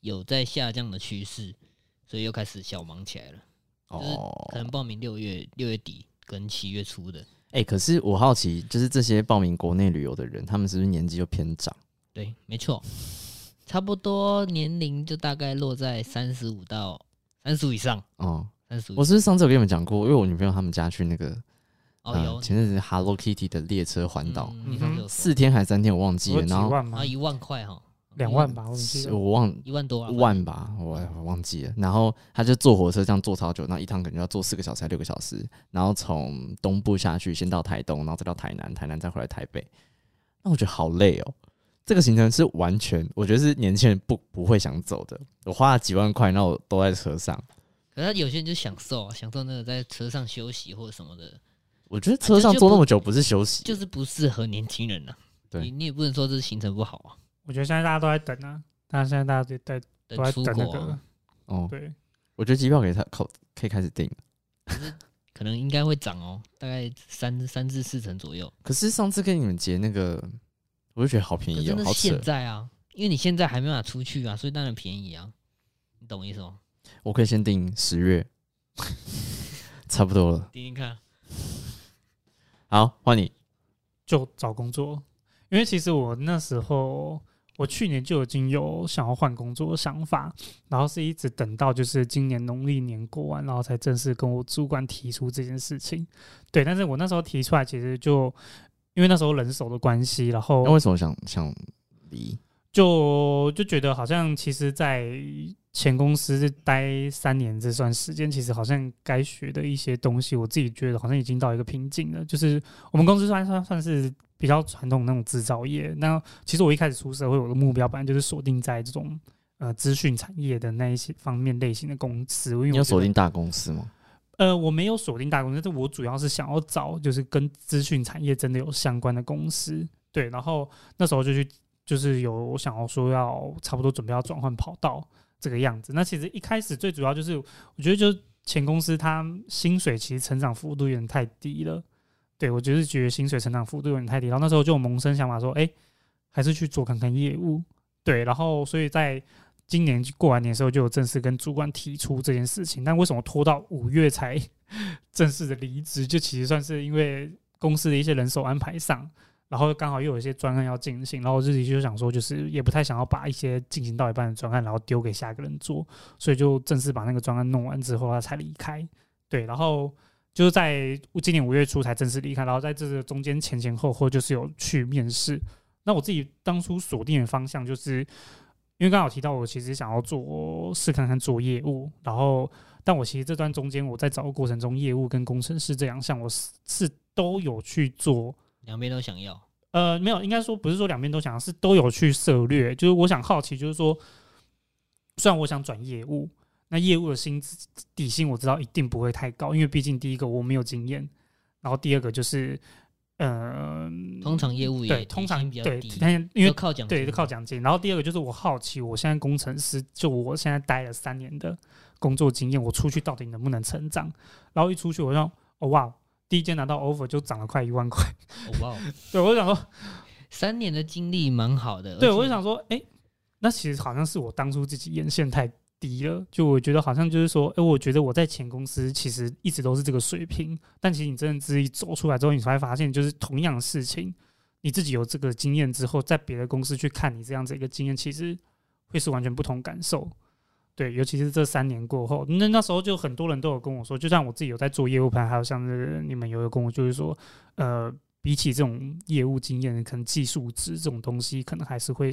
[SPEAKER 2] 有在下降的趋势，所以又开始小忙起来了。就是
[SPEAKER 1] 哦
[SPEAKER 2] 可，能报名六月六月底跟七月初的，
[SPEAKER 1] 哎、可是我好奇，就是这些报名国内旅游的人，他们是不是年纪就偏长？
[SPEAKER 2] 对，没错，差不多年龄就大概落在三十五到三十五以上，
[SPEAKER 1] 哦、
[SPEAKER 2] 三十五
[SPEAKER 1] 我是不是上次有跟你们讲过，因为我女朋友他们家去那个
[SPEAKER 2] 哦
[SPEAKER 1] 呃
[SPEAKER 2] 有
[SPEAKER 1] 前阵子 Hello Kitty 的列车环岛，
[SPEAKER 2] 嗯你上次有说
[SPEAKER 1] 四天还是三天，我忘记
[SPEAKER 3] 我
[SPEAKER 1] 了。
[SPEAKER 3] 有几
[SPEAKER 1] 然后
[SPEAKER 3] 万吗
[SPEAKER 2] 啊？一万块哈，
[SPEAKER 3] 两万吧，我怎么记
[SPEAKER 1] 是
[SPEAKER 3] 得？
[SPEAKER 1] 我忘
[SPEAKER 2] 一万多啊，
[SPEAKER 1] 万吧，我我忘记了。然后他就坐火车这样坐超久，然后一趟可能要坐四个小时还六个小时，然后从东部下去，先到台东，然后再到台南，台南再回来台北。那我觉得好累哦。这个行程是完全，我觉得是年轻人不不会想走的。我花了几万块，然后我都在车上。
[SPEAKER 2] 可是有些人就享受啊，享受那个在车上休息或者什么的，
[SPEAKER 1] 我觉得车上
[SPEAKER 2] 就
[SPEAKER 1] 坐那
[SPEAKER 2] 不
[SPEAKER 1] 么久不是休息，
[SPEAKER 2] 就是不适合年轻人呐、
[SPEAKER 1] 对
[SPEAKER 2] 你你也不能说这是行程不好啊，
[SPEAKER 3] 我觉得现在大家都在等啊，大家现在大家都在都
[SPEAKER 2] 等
[SPEAKER 3] 在
[SPEAKER 2] 出
[SPEAKER 3] 等那
[SPEAKER 2] 国、
[SPEAKER 3] 个
[SPEAKER 2] 啊、，
[SPEAKER 1] 哦。
[SPEAKER 3] 对，
[SPEAKER 1] 我觉得机票可以他靠可以开始订。
[SPEAKER 2] 可能应该会涨哦，大概三三至四成左右。
[SPEAKER 1] 可是上次跟你们结那个，我就觉得好便
[SPEAKER 2] 可
[SPEAKER 1] 宜
[SPEAKER 2] 真
[SPEAKER 1] 哦，
[SPEAKER 2] 的
[SPEAKER 1] 好
[SPEAKER 2] 是
[SPEAKER 1] 扯
[SPEAKER 2] 现。在啊，因为你现在还没办法出去啊，所以当然便宜啊，你懂我意思吗？
[SPEAKER 1] 我可以先订十月， 差不多了。
[SPEAKER 2] 听听看，
[SPEAKER 1] 好，换你。
[SPEAKER 3] 就找工作，因为其实我那时候我去年就已经有想要换工作的想法，然后是一直等到就是今年农历年过完，然后才正式跟我主管提出这件事情。对，但是我那时候提出来，其实就因为那时候人手的关系，然后
[SPEAKER 1] 那为什么想想离？
[SPEAKER 3] 就就觉得好像其实，在前公司待三年这段时间，其实好像该学的一些东西，我自己觉得好像已经到一个瓶颈了。就是我们公司算算算是比较传统的那种制造业，那其实我一开始出社会，我的目标本来就是锁定在这种呃资讯产业的那一些方面类型的公司，因为
[SPEAKER 1] 你
[SPEAKER 3] 我
[SPEAKER 1] 有
[SPEAKER 3] 觉
[SPEAKER 1] 锁
[SPEAKER 3] 得
[SPEAKER 1] 定大公司吗？
[SPEAKER 3] 呃，我没有锁定大公司，但是我主要是想要找就是跟资讯产业真的有相关的公司。对，然后那时候就去，就是有想要说要差不多准备要转换跑道这个样子。那其实一开始最主要就是，我觉得就是前公司它薪水其实成长幅度有点太低了。对我就是觉得薪水成长幅度有点太低，然后那时候就萌生想法说，哎、还是去做看看业务。对，然后所以在今年过完年的时候就有正式跟主管提出这件事情，但为什么拖到五月才 正式的离职？就其实算是因为公司的一些人手安排上，然后刚好又有一些专案要进行，然后我自己就想说，就是也不太想要把一些进行到一半的专案，然后丢给下一个人做，所以就正式把那个专案弄完之后，他才离开。对，然后就是在今年五月初才正式离开，然后在这个中间前前后后就是有去面试。那我自己当初锁定的方向就是。因为刚好提到我其实想要做试看看做业务，然后但我其实这段中间我在找的过程中，业务跟工程师这两项我是是都有去做，
[SPEAKER 2] 两边都想要。
[SPEAKER 3] 呃，没有，应该说不是说两边都想要，是都有去涉略。就是我想好奇，就是说，虽然我想转业务，那业务的薪资底薪我知道一定不会太高，因为毕竟第一个我没有经验，然后第二个就是，呃，
[SPEAKER 2] 通常业务也
[SPEAKER 3] 对，
[SPEAKER 2] 底
[SPEAKER 3] 通常
[SPEAKER 2] 薪比较
[SPEAKER 3] 对，
[SPEAKER 2] 低，
[SPEAKER 3] 但因为
[SPEAKER 2] 都靠奖
[SPEAKER 3] 对，
[SPEAKER 2] 金
[SPEAKER 3] 就靠奖金。然后第二个就是我好奇，我现在工程师，就我现在待了三年的工作经验，我出去到底能不能成长？然后一出去，我让哦哇，第一间拿到 offer 就涨了快一万块。
[SPEAKER 2] 哦 哇哦，
[SPEAKER 3] 对我就想说，
[SPEAKER 2] 三年的经历蛮好的。
[SPEAKER 3] 对
[SPEAKER 2] 而且
[SPEAKER 3] 我就想说，哎、那其实好像是我当初自己眼线太低了，就我觉得好像就是说，哎、我觉得我在前公司其实一直都是这个水平，但其实你真的自己走出来之后，你才会发现，就是同样的事情，你自己有这个经验之后，在别的公司去看你这样子一个经验，其实会是完全不同感受。对，尤其是这三年过后，那那时候就很多人都有跟我说，就像我自己有在做业务盘，还有像是你们有有跟我就是说，呃，比起这种业务经验，可能技术值这种东西，可能还是会，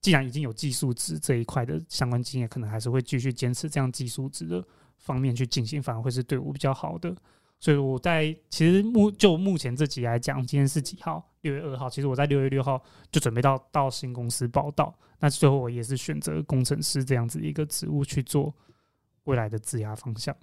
[SPEAKER 3] 既然已经有技术值这一块的相关经验，可能还是会继续坚持这样技术值的方面去进行，反而会是对我比较好的。所以我在其实目就目前这集来讲，今天是几号？六月二号。其实我在六月六号就准备到到新公司报道，那最后我也是选择工程师这样子一个职务去做未来的职涯方向。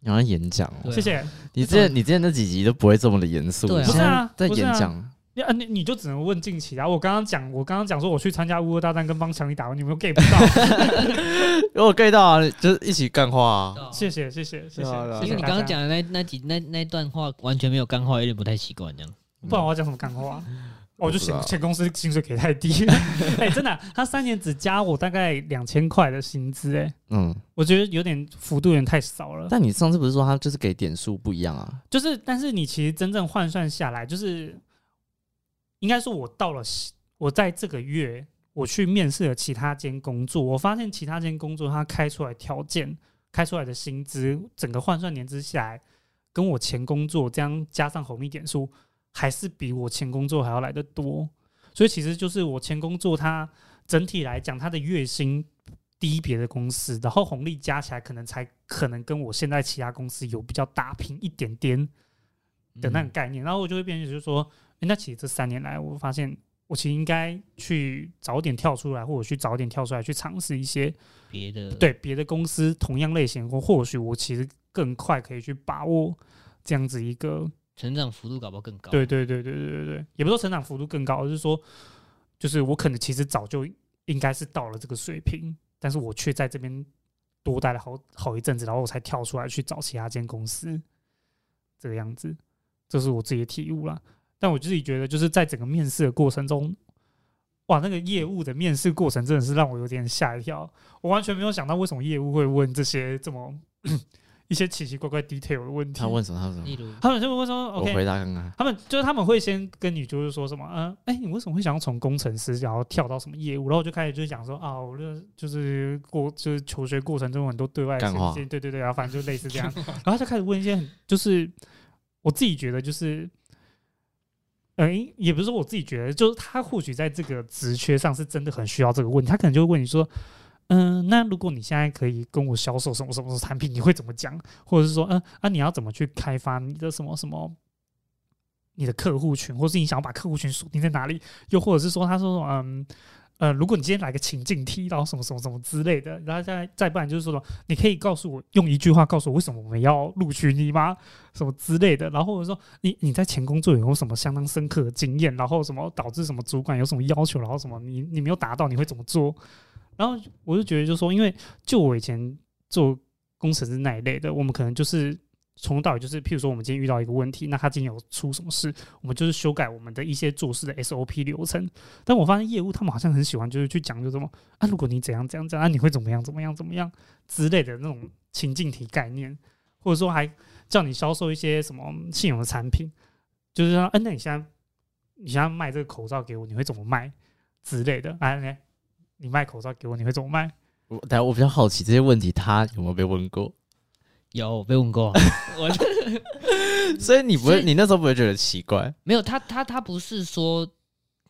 [SPEAKER 1] 你好像演讲哦、
[SPEAKER 2] 对啊
[SPEAKER 3] 谢谢。
[SPEAKER 1] 你之前你之前那几集都不会这么的严肃，
[SPEAKER 2] 对啊
[SPEAKER 1] 你现
[SPEAKER 3] 不是啊
[SPEAKER 1] 在在
[SPEAKER 3] 不是
[SPEAKER 1] 演
[SPEAKER 3] 啊
[SPEAKER 1] 讲，
[SPEAKER 3] 你啊，你你就只能问近期啊！我刚刚讲，我刚刚讲说我去参加乌俄大战跟帮强尼打完，你们又 get 不到。
[SPEAKER 1] 如果 get 到啊，就是一起干话、啊。
[SPEAKER 2] 到
[SPEAKER 3] 谢谢谢谢谢谢
[SPEAKER 1] 对啊对啊，
[SPEAKER 3] 谢
[SPEAKER 2] 哦
[SPEAKER 3] 谢
[SPEAKER 2] 因为你刚
[SPEAKER 3] 大
[SPEAKER 2] 刚
[SPEAKER 3] 家，
[SPEAKER 2] 讲的那那几那那段话完全没有干话，有点不太习惯这样。
[SPEAKER 3] 不然我要讲什么干话？哦我就嫌
[SPEAKER 1] 嗯我不知道
[SPEAKER 3] 嫌公司薪水给太 低。哎，真的啊，他三年只加我大概两千块的薪资，哎，
[SPEAKER 1] 嗯，
[SPEAKER 3] 我觉得有点幅度有点太少了。
[SPEAKER 1] 但你上次不是说他就是给点数不一样啊？
[SPEAKER 3] 就是，但是你其实真正换算下来，就是应该说，我到了西我在这个月我去面试了其他间工作，我发现其他间工作它开出来条件、开出来的薪资，整个换算年资下来，跟我前工作这样加上红利点数，还是比我前工作还要来得多。所以其实就是我前工作它整体来讲，它的月薪低别的公司，然后红利加起来可能才可能跟我现在其他公司有比较打平一点点的那种概念。然后我就会变成就是说，诶那其实这三年来，我发现我其实应该去早点跳出来，或者去早点跳出来去尝试一些
[SPEAKER 2] 别的
[SPEAKER 3] 对别的公司同样类型，或或许我其实更快可以去把握这样子一个
[SPEAKER 2] 成长幅度搞不好更高。
[SPEAKER 3] 对对对对对对对，也不是说成长幅度更高，而是说，就是我可能其实早就应该是到了这个水平，但是我却在这边多待了好好一阵子，然后我才跳出来去找其他间公司，这个样子，这是我自己的体悟啦。但我自己觉得，就是在整个面试的过程中，哇，那个业务的面试过程真的是让我有点吓一跳，我完全没有想到为什么业务会问这些这么 一些奇奇怪怪 detail 的问题
[SPEAKER 1] 他。问什么？他问什
[SPEAKER 2] 例
[SPEAKER 1] 么？
[SPEAKER 2] 如
[SPEAKER 3] 他们就会说
[SPEAKER 1] 我
[SPEAKER 3] ：“OK，
[SPEAKER 1] 回答看看。
[SPEAKER 3] 他们就是他们会先跟你就是说什么，嗯、哎、你为什么会想要从工程师然后跳到什么业务？然后我就开始就是讲说啊，我就是就是过就是求学过程中有很多对外
[SPEAKER 1] 干话
[SPEAKER 3] 事件，对对对，然后反正就类似这样，然后他就开始问一些很就是我自己觉得就是。嗯，也不是说我自己觉得，就是他或许在这个职缺上是真的很需要这个问题，他可能就会问你说，嗯、那如果你现在可以跟我销售什么什么产品，你会怎么讲？或者是说，嗯、啊，你要怎么去开发你的什么什么，你的客户群，或是你想要把客户群锁定在哪里？又或者是说，他说，嗯。呃，如果你今天来个情境题，然后什么什么什么之类的，然后再再不然就是说什么，你可以告诉我用一句话告诉我为什么我们要录取你吗？什么之类的，然后或者说你你在前工作有没有什么相当深刻的经验，然后什么导致什么主管有什么要求，然后什么你你没有达到你会怎么做？然后我就觉得就说，因为就我以前做工程师那一类的，我们可能就是从头到尾就是，譬如说我们今天遇到一个问题，那他今天有出什么事，我们就是修改我们的一些做事的 SOP 流程。但我发现业务他们好像很喜欢就是去讲就什么啊，如果你怎样怎样怎样，啊、你会怎么样怎么样怎么样之类的那种情境题概念，或者说还叫你销售一些什么现有的产品，就是说，哎、那你现在你现在卖这个口罩给我，你会怎么卖之类的？哎、啊，你你卖口罩给我，你会怎么卖？
[SPEAKER 1] 我但我比较好奇这些问题他有没有被问过，
[SPEAKER 2] 有被问 过， 我
[SPEAKER 1] 所以你不
[SPEAKER 2] 所
[SPEAKER 1] 会，
[SPEAKER 2] 以
[SPEAKER 1] 你那时候不会觉得奇怪？
[SPEAKER 2] 没有他他他不是说，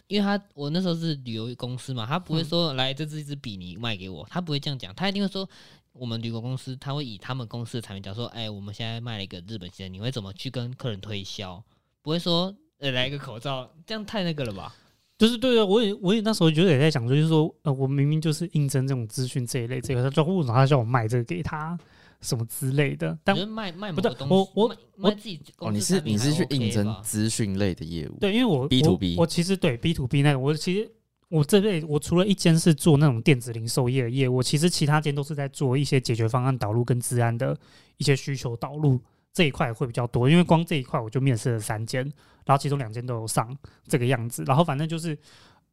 [SPEAKER 2] 因为他我那时候是旅游公司嘛，他
[SPEAKER 1] 嗯
[SPEAKER 2] 不会说、来这支一支笔你卖给我，他不会这样讲，他一定会说我们旅游公司他会以他们公司的产品讲说，哎、我们现在卖了一个日本鞋，你会怎么去跟客人推销？不会说呃来一个口罩，这样太那个了吧？
[SPEAKER 3] 就是对对，我也我也那时候觉得也在想说，就是说，呃，我明明就是应征这种资讯这一类，这个他就为什么他叫我卖这个给他什么之类的？但
[SPEAKER 2] 就是卖卖某
[SPEAKER 3] 不对
[SPEAKER 2] 个东西，
[SPEAKER 3] 我我
[SPEAKER 2] 卖
[SPEAKER 3] 我
[SPEAKER 2] 卖自己
[SPEAKER 1] 哦，
[SPEAKER 2] 公
[SPEAKER 1] 你
[SPEAKER 2] 司
[SPEAKER 1] 是
[SPEAKER 2] 产
[SPEAKER 1] 你
[SPEAKER 2] 品还
[SPEAKER 1] 是去
[SPEAKER 2] OK
[SPEAKER 1] 应征
[SPEAKER 2] 吧
[SPEAKER 1] 资讯类的业务，
[SPEAKER 3] 对，因为我
[SPEAKER 1] B to B
[SPEAKER 3] 我我其实对 B to B 那个，我其实我这类我除了一间是做那种电子零售业的业务，我其实其他间都是在做一些解决方案导入跟治安的一些需求导入这一块会比较多，因为光这一块我就面试了三间，然后其中两间都有上这个样子，然后反正就是，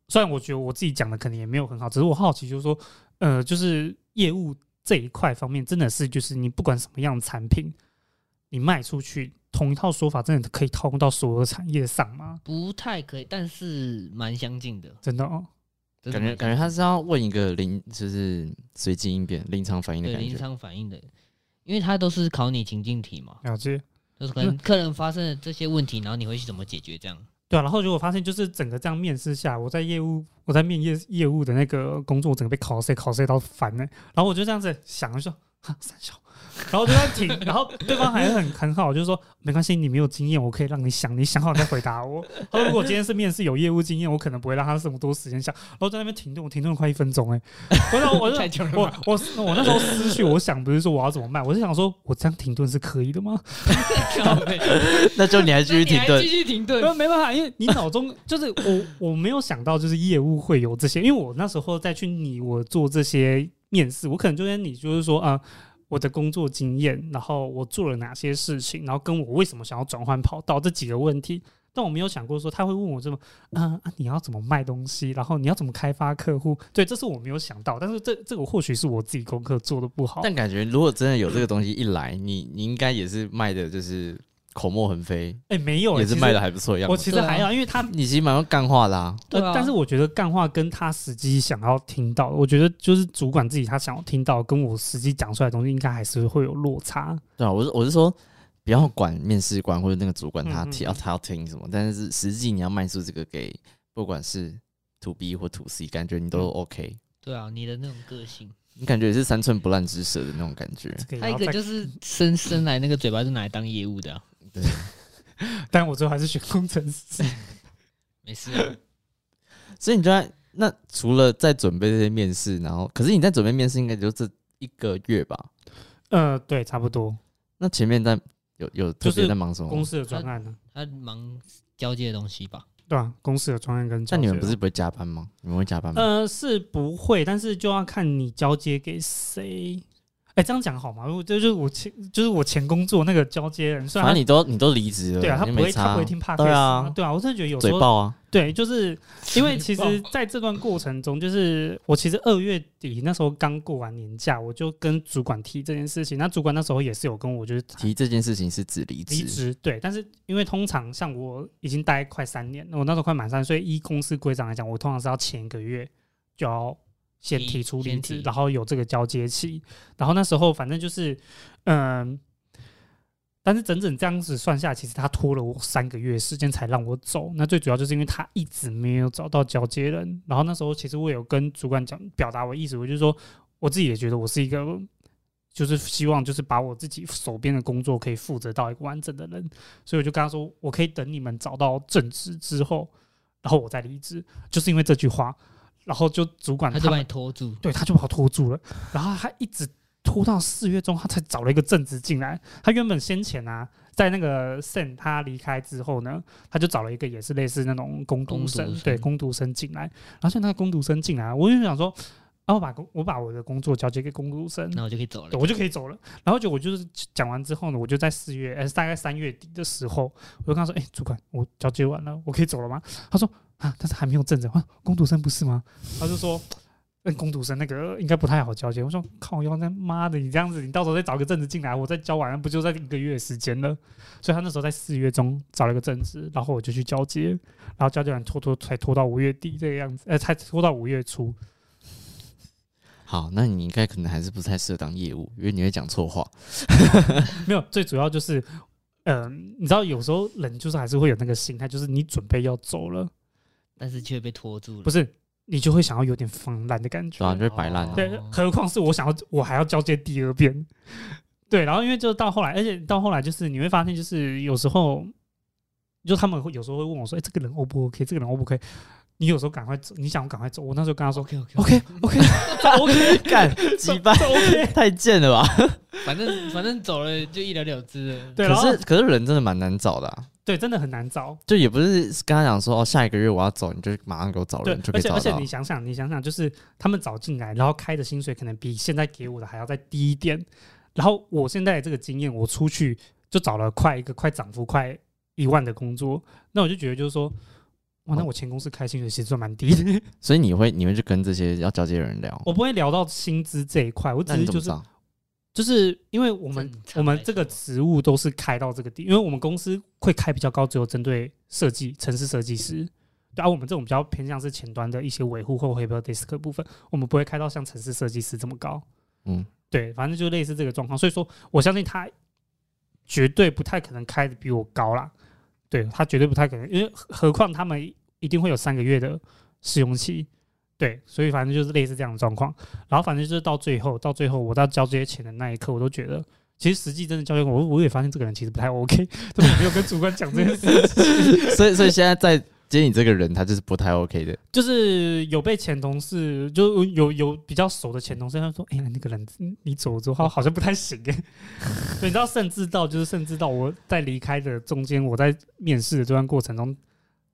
[SPEAKER 3] 虽然我觉得我自己讲的可能也没有很好，只是我好奇就是说，呃，就是业务这一块方面真的是就是你不管什么样的产品，你卖出去。同一套说法真的可以套用到所有的产业上吗？
[SPEAKER 2] 不太可以，但是蛮相近的，
[SPEAKER 3] 真的哦，
[SPEAKER 2] 真的
[SPEAKER 1] 感
[SPEAKER 2] 蛮
[SPEAKER 1] 觉
[SPEAKER 2] 相
[SPEAKER 1] 感觉他是要问一个临，就是随机应变、临场反应的
[SPEAKER 2] 对
[SPEAKER 1] 感
[SPEAKER 2] 临
[SPEAKER 1] 觉。
[SPEAKER 2] 场反应的，因为他都是考你情境题嘛，
[SPEAKER 3] 了解。
[SPEAKER 2] 就是可能客人发生了这些问题，然后你会去怎么解决这样。
[SPEAKER 3] 对啊，然后结果发现就是整个这样面试下，我在业务，我在面业业务的那个工作，我整个被考试考试到烦呢、然后我就这样子想就说，哈三小，然后我就在停， 然后对方还很很好，就是说没关系，你没有经验，我可以让你想，你想好再回答我。他说如果今天是面试有业务经验，我可能不会让他这么多时间想。然后在那边停顿，我停顿了快一分钟哎、我想我 就
[SPEAKER 2] 太久了
[SPEAKER 3] 我我我那时候思绪，我想不是说我要怎么卖，我是想说我这样停顿是可以的吗？
[SPEAKER 2] 靠 背
[SPEAKER 1] 那就你还继续停
[SPEAKER 2] 那你还
[SPEAKER 1] 顿
[SPEAKER 2] 继，续停
[SPEAKER 3] 没有
[SPEAKER 2] 顿。
[SPEAKER 3] 没办法，因为你脑中 就是我，我没有想到就是业务会有这些，因为我那时候再去拟我做这些面试，我可能就跟你就是说啊、我的工作经验，然后我做了哪些事情，然后跟我为什么想要转换跑道这几个问题，但我没有想过说他会问我这么，嗯、啊你要怎么卖东西，然后你要怎么开发客户，对，这是我没有想到，但是这这个或许是我自己功课做的不好，
[SPEAKER 1] 但感觉如果真的有这个东西一来，你你应该也是卖的，就是口沫横飞，
[SPEAKER 3] 哎、没有、
[SPEAKER 1] 也
[SPEAKER 3] 其
[SPEAKER 1] 是
[SPEAKER 3] 实
[SPEAKER 1] 卖的还不错的啊样
[SPEAKER 3] 我
[SPEAKER 1] 子。
[SPEAKER 3] 其实还
[SPEAKER 2] 对
[SPEAKER 3] 好，因为他
[SPEAKER 1] 你其实蛮会干话的啊，
[SPEAKER 2] 对啊
[SPEAKER 3] 呃，但是我觉得干话跟他实际想要听到的，我觉得就是主管自己他想要听到，跟我实际讲出来的东西，应该还是会有落
[SPEAKER 2] 嗯
[SPEAKER 3] 差。
[SPEAKER 1] 对啊，我是我是说。不要管面试官或者那个主管他
[SPEAKER 3] 嗯嗯
[SPEAKER 1] 提要他要听什么，但是实际你要卖出这个给不管是 to B 或 to C，感觉你都
[SPEAKER 3] 嗯
[SPEAKER 1] OK，、
[SPEAKER 2] 对啊，你的那种个性，
[SPEAKER 1] 你感觉也是三寸不烂之舌的那种感 觉。
[SPEAKER 3] 这个也
[SPEAKER 2] 他一
[SPEAKER 3] 要
[SPEAKER 2] 个
[SPEAKER 3] 再，
[SPEAKER 2] 就是生生来那个嘴巴是拿来当业务的啊、
[SPEAKER 3] 但我最后还是选工程 师。
[SPEAKER 2] 没事啊。
[SPEAKER 1] 所以你就在那除了在准备这些面试，然后可是你在准备面试应该就这一个月吧？
[SPEAKER 3] 呃，对，差不多，
[SPEAKER 1] 那前面在有有特
[SPEAKER 3] 就是
[SPEAKER 1] 别在忙什么吗？
[SPEAKER 3] 公司的专案呢、
[SPEAKER 2] 他忙交接的东西吧，
[SPEAKER 3] 对吧、啊公司的专案跟交
[SPEAKER 1] 但你们
[SPEAKER 3] 接
[SPEAKER 1] 不是不会加班吗？你们会加班吗？
[SPEAKER 3] 啊呃是不会，但是就要看你交接给谁。哎、这样讲好吗？我这就是我前，就是我前工作那个交接人，虽
[SPEAKER 1] 反
[SPEAKER 3] 然
[SPEAKER 1] 正
[SPEAKER 3] 他
[SPEAKER 1] 你都你都离职了，
[SPEAKER 3] 啊对啊，他
[SPEAKER 1] 你
[SPEAKER 3] 不
[SPEAKER 1] 没
[SPEAKER 3] 会，
[SPEAKER 1] 差
[SPEAKER 3] 他
[SPEAKER 1] 啊
[SPEAKER 3] 不会听 podcast
[SPEAKER 1] 对
[SPEAKER 3] 啊
[SPEAKER 1] 啊，，
[SPEAKER 3] 对啊，我真的觉得有时
[SPEAKER 1] 嘴
[SPEAKER 3] 候
[SPEAKER 1] 爆啊，
[SPEAKER 3] 对，就是因为其
[SPEAKER 2] 嘴
[SPEAKER 3] 实在这段过程中，就是我其实二月底那时候刚过完年假，我就跟主管提这件事情。那主管那时候也是有跟我就是
[SPEAKER 1] 提这件事情是指离
[SPEAKER 3] 啊离
[SPEAKER 1] 职，
[SPEAKER 3] 职，对。但是因为通常像我已经待快三年，我那时候快满三岁，依公司规章来讲，我通常是要前一个月就要先
[SPEAKER 2] 提
[SPEAKER 3] 提出离
[SPEAKER 2] 先
[SPEAKER 3] 职
[SPEAKER 2] 提，
[SPEAKER 3] 然后有这个交接期。然后那时候反正就是，嗯。但是整整这样子算下来，其实他拖了我三个月时间才让我走。那最主要就是因为他一直没有找到交接人。然后那时候其实我有跟主管讲，表达我的意思，我就说我自己也觉得我是一个，就是希望就是把我自己手边的工作可以负责到一个完整的人，所以我就跟他说，我可以等你们找到正职之后，然后我再离职，就是因为这句话，然后就主管
[SPEAKER 2] 他
[SPEAKER 3] 他
[SPEAKER 2] 就把你
[SPEAKER 3] 们
[SPEAKER 2] 拖住，
[SPEAKER 3] 对他就把我拖住了，然后他一直拖到四月中，他才找了一个正职进来。他原本先前啊，在那个 Sen 他离开之后呢，他就找了一个也是类似那种工读生，
[SPEAKER 2] 工读生嗯
[SPEAKER 3] 对工读生进来。然后现在工读生进来，我就想说，啊，我把工我把我的工作交接给工读生，
[SPEAKER 2] 那我就可以走
[SPEAKER 3] 对
[SPEAKER 2] 了。
[SPEAKER 3] 我就可以走了。然后就我就是讲完之后呢，我就在四月，呃，大概三月底的时候，我就跟他说：“哎、主管，我交接完了，我可以走了吗？”他说：“啊，但是还没有正着啊，工读生不是吗？”他就说。嗯，工读生那个应该不太好交接。我说靠腰，那妈的，你这样子，你到时候再找个正职进来，我再交完了，不就在一个月的时间了？所以他那时候在四月中找了一个正职，然后我就去交接，然后交接完拖拖才拖到五月底这个样子，呃，才拖到五月初。
[SPEAKER 1] 好，那你应该可能还是不太适合当业务，因为你会讲错话。
[SPEAKER 3] 没有，最主要就是，嗯、你知道有时候人就是还是会有那个心态，就是你准备要走了，
[SPEAKER 2] 但是却被拖住了。
[SPEAKER 3] 不是你就会想要有点放烂的感
[SPEAKER 1] 对啊，
[SPEAKER 3] 觉
[SPEAKER 1] 你。就会摆烂啊。
[SPEAKER 2] 哦
[SPEAKER 3] 对，何况是我想要，我还要交接第二遍。 对，然后因为就是到后来，而且到后来就是你会发现，就是有时候，就他们会有时候会问我说：“哎、这个人 O 不 OK？这个人 O 不 OK？” 你有时候赶快走，你想赶快走。我那时候跟他说
[SPEAKER 2] OK OK
[SPEAKER 3] ：“OK OK OK，
[SPEAKER 1] 干鸡巴
[SPEAKER 3] OK。
[SPEAKER 1] 太贱了吧？
[SPEAKER 2] 反正反正走了就一了了之了。”
[SPEAKER 3] 对，然
[SPEAKER 1] 可
[SPEAKER 3] 后
[SPEAKER 1] 是可是人真的蛮难找的、啊，
[SPEAKER 3] 对，真的很难找。
[SPEAKER 1] 就也不是跟他讲说哦，下一个月我要走，你就马上给我找
[SPEAKER 3] 对
[SPEAKER 1] 人，就可
[SPEAKER 3] 而
[SPEAKER 1] 以
[SPEAKER 3] 且
[SPEAKER 1] 找
[SPEAKER 3] 而
[SPEAKER 1] 得
[SPEAKER 3] 且
[SPEAKER 1] 到哦
[SPEAKER 3] 你。想想，你想想，就是他们早进来，然后开的薪水可能比现在给我的还要再低一点。然后我现在的这个经验，我出去就找了快一个快涨幅快一万的工作，那我就觉得就是说，
[SPEAKER 1] 哦
[SPEAKER 3] 哇，那我前公司开薪水其实算蛮低 的。
[SPEAKER 1] 所以你会你会去跟这些要交接的人聊，
[SPEAKER 3] 我不会聊到薪资这一块，我只
[SPEAKER 1] 那
[SPEAKER 3] 是
[SPEAKER 1] 你怎
[SPEAKER 3] 就
[SPEAKER 1] 么
[SPEAKER 3] 是
[SPEAKER 1] 找？
[SPEAKER 3] 就是因为我们
[SPEAKER 2] 正常
[SPEAKER 3] 我们
[SPEAKER 2] 来
[SPEAKER 3] 这个
[SPEAKER 2] 说
[SPEAKER 3] 职务都是开到这个地，因为我们公司会开比较高，只有针对设计、城市设计师。对啊，我们这种比较偏向是前端的一些维护或 h e b e r desk 的部分，我们不会开到像城市设计师这么高。
[SPEAKER 1] 嗯，
[SPEAKER 3] 对，反正就类似这个状况，所以说我相信他绝对不太可能开的比我高啦。对他绝对不太可能，因为何何况他们一定会有三个月的试用期。对，所以反正就是类似这样的状况。然后反正就是到最后，到最后我到交接前的那一刻，我都觉得其实实际真的交接过，我我也发现这个人其实不太 OK，但 是没有跟主管讲这件事情，
[SPEAKER 1] 所以所以现在在接你这个人，他就是不太 OK 的。
[SPEAKER 3] 就是有被前同事，就有有比较熟的前同事，他说：“哎、呀，那个人嗯你走了之后好像不太行 哎。”对，你知道，甚至到就是甚至到我在离开的中间，我在面试的这段过程中，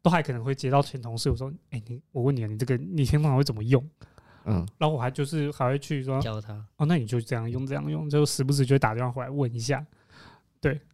[SPEAKER 3] 都还可能会接到前同事我说：“哎、你我问你啊，你这个你平常会怎么用
[SPEAKER 1] 嗯，？”
[SPEAKER 3] 然后我还就是还会去说：“
[SPEAKER 2] 教他
[SPEAKER 3] 哦，那你就这样用这样用，就时不时就会打电话回来问一下。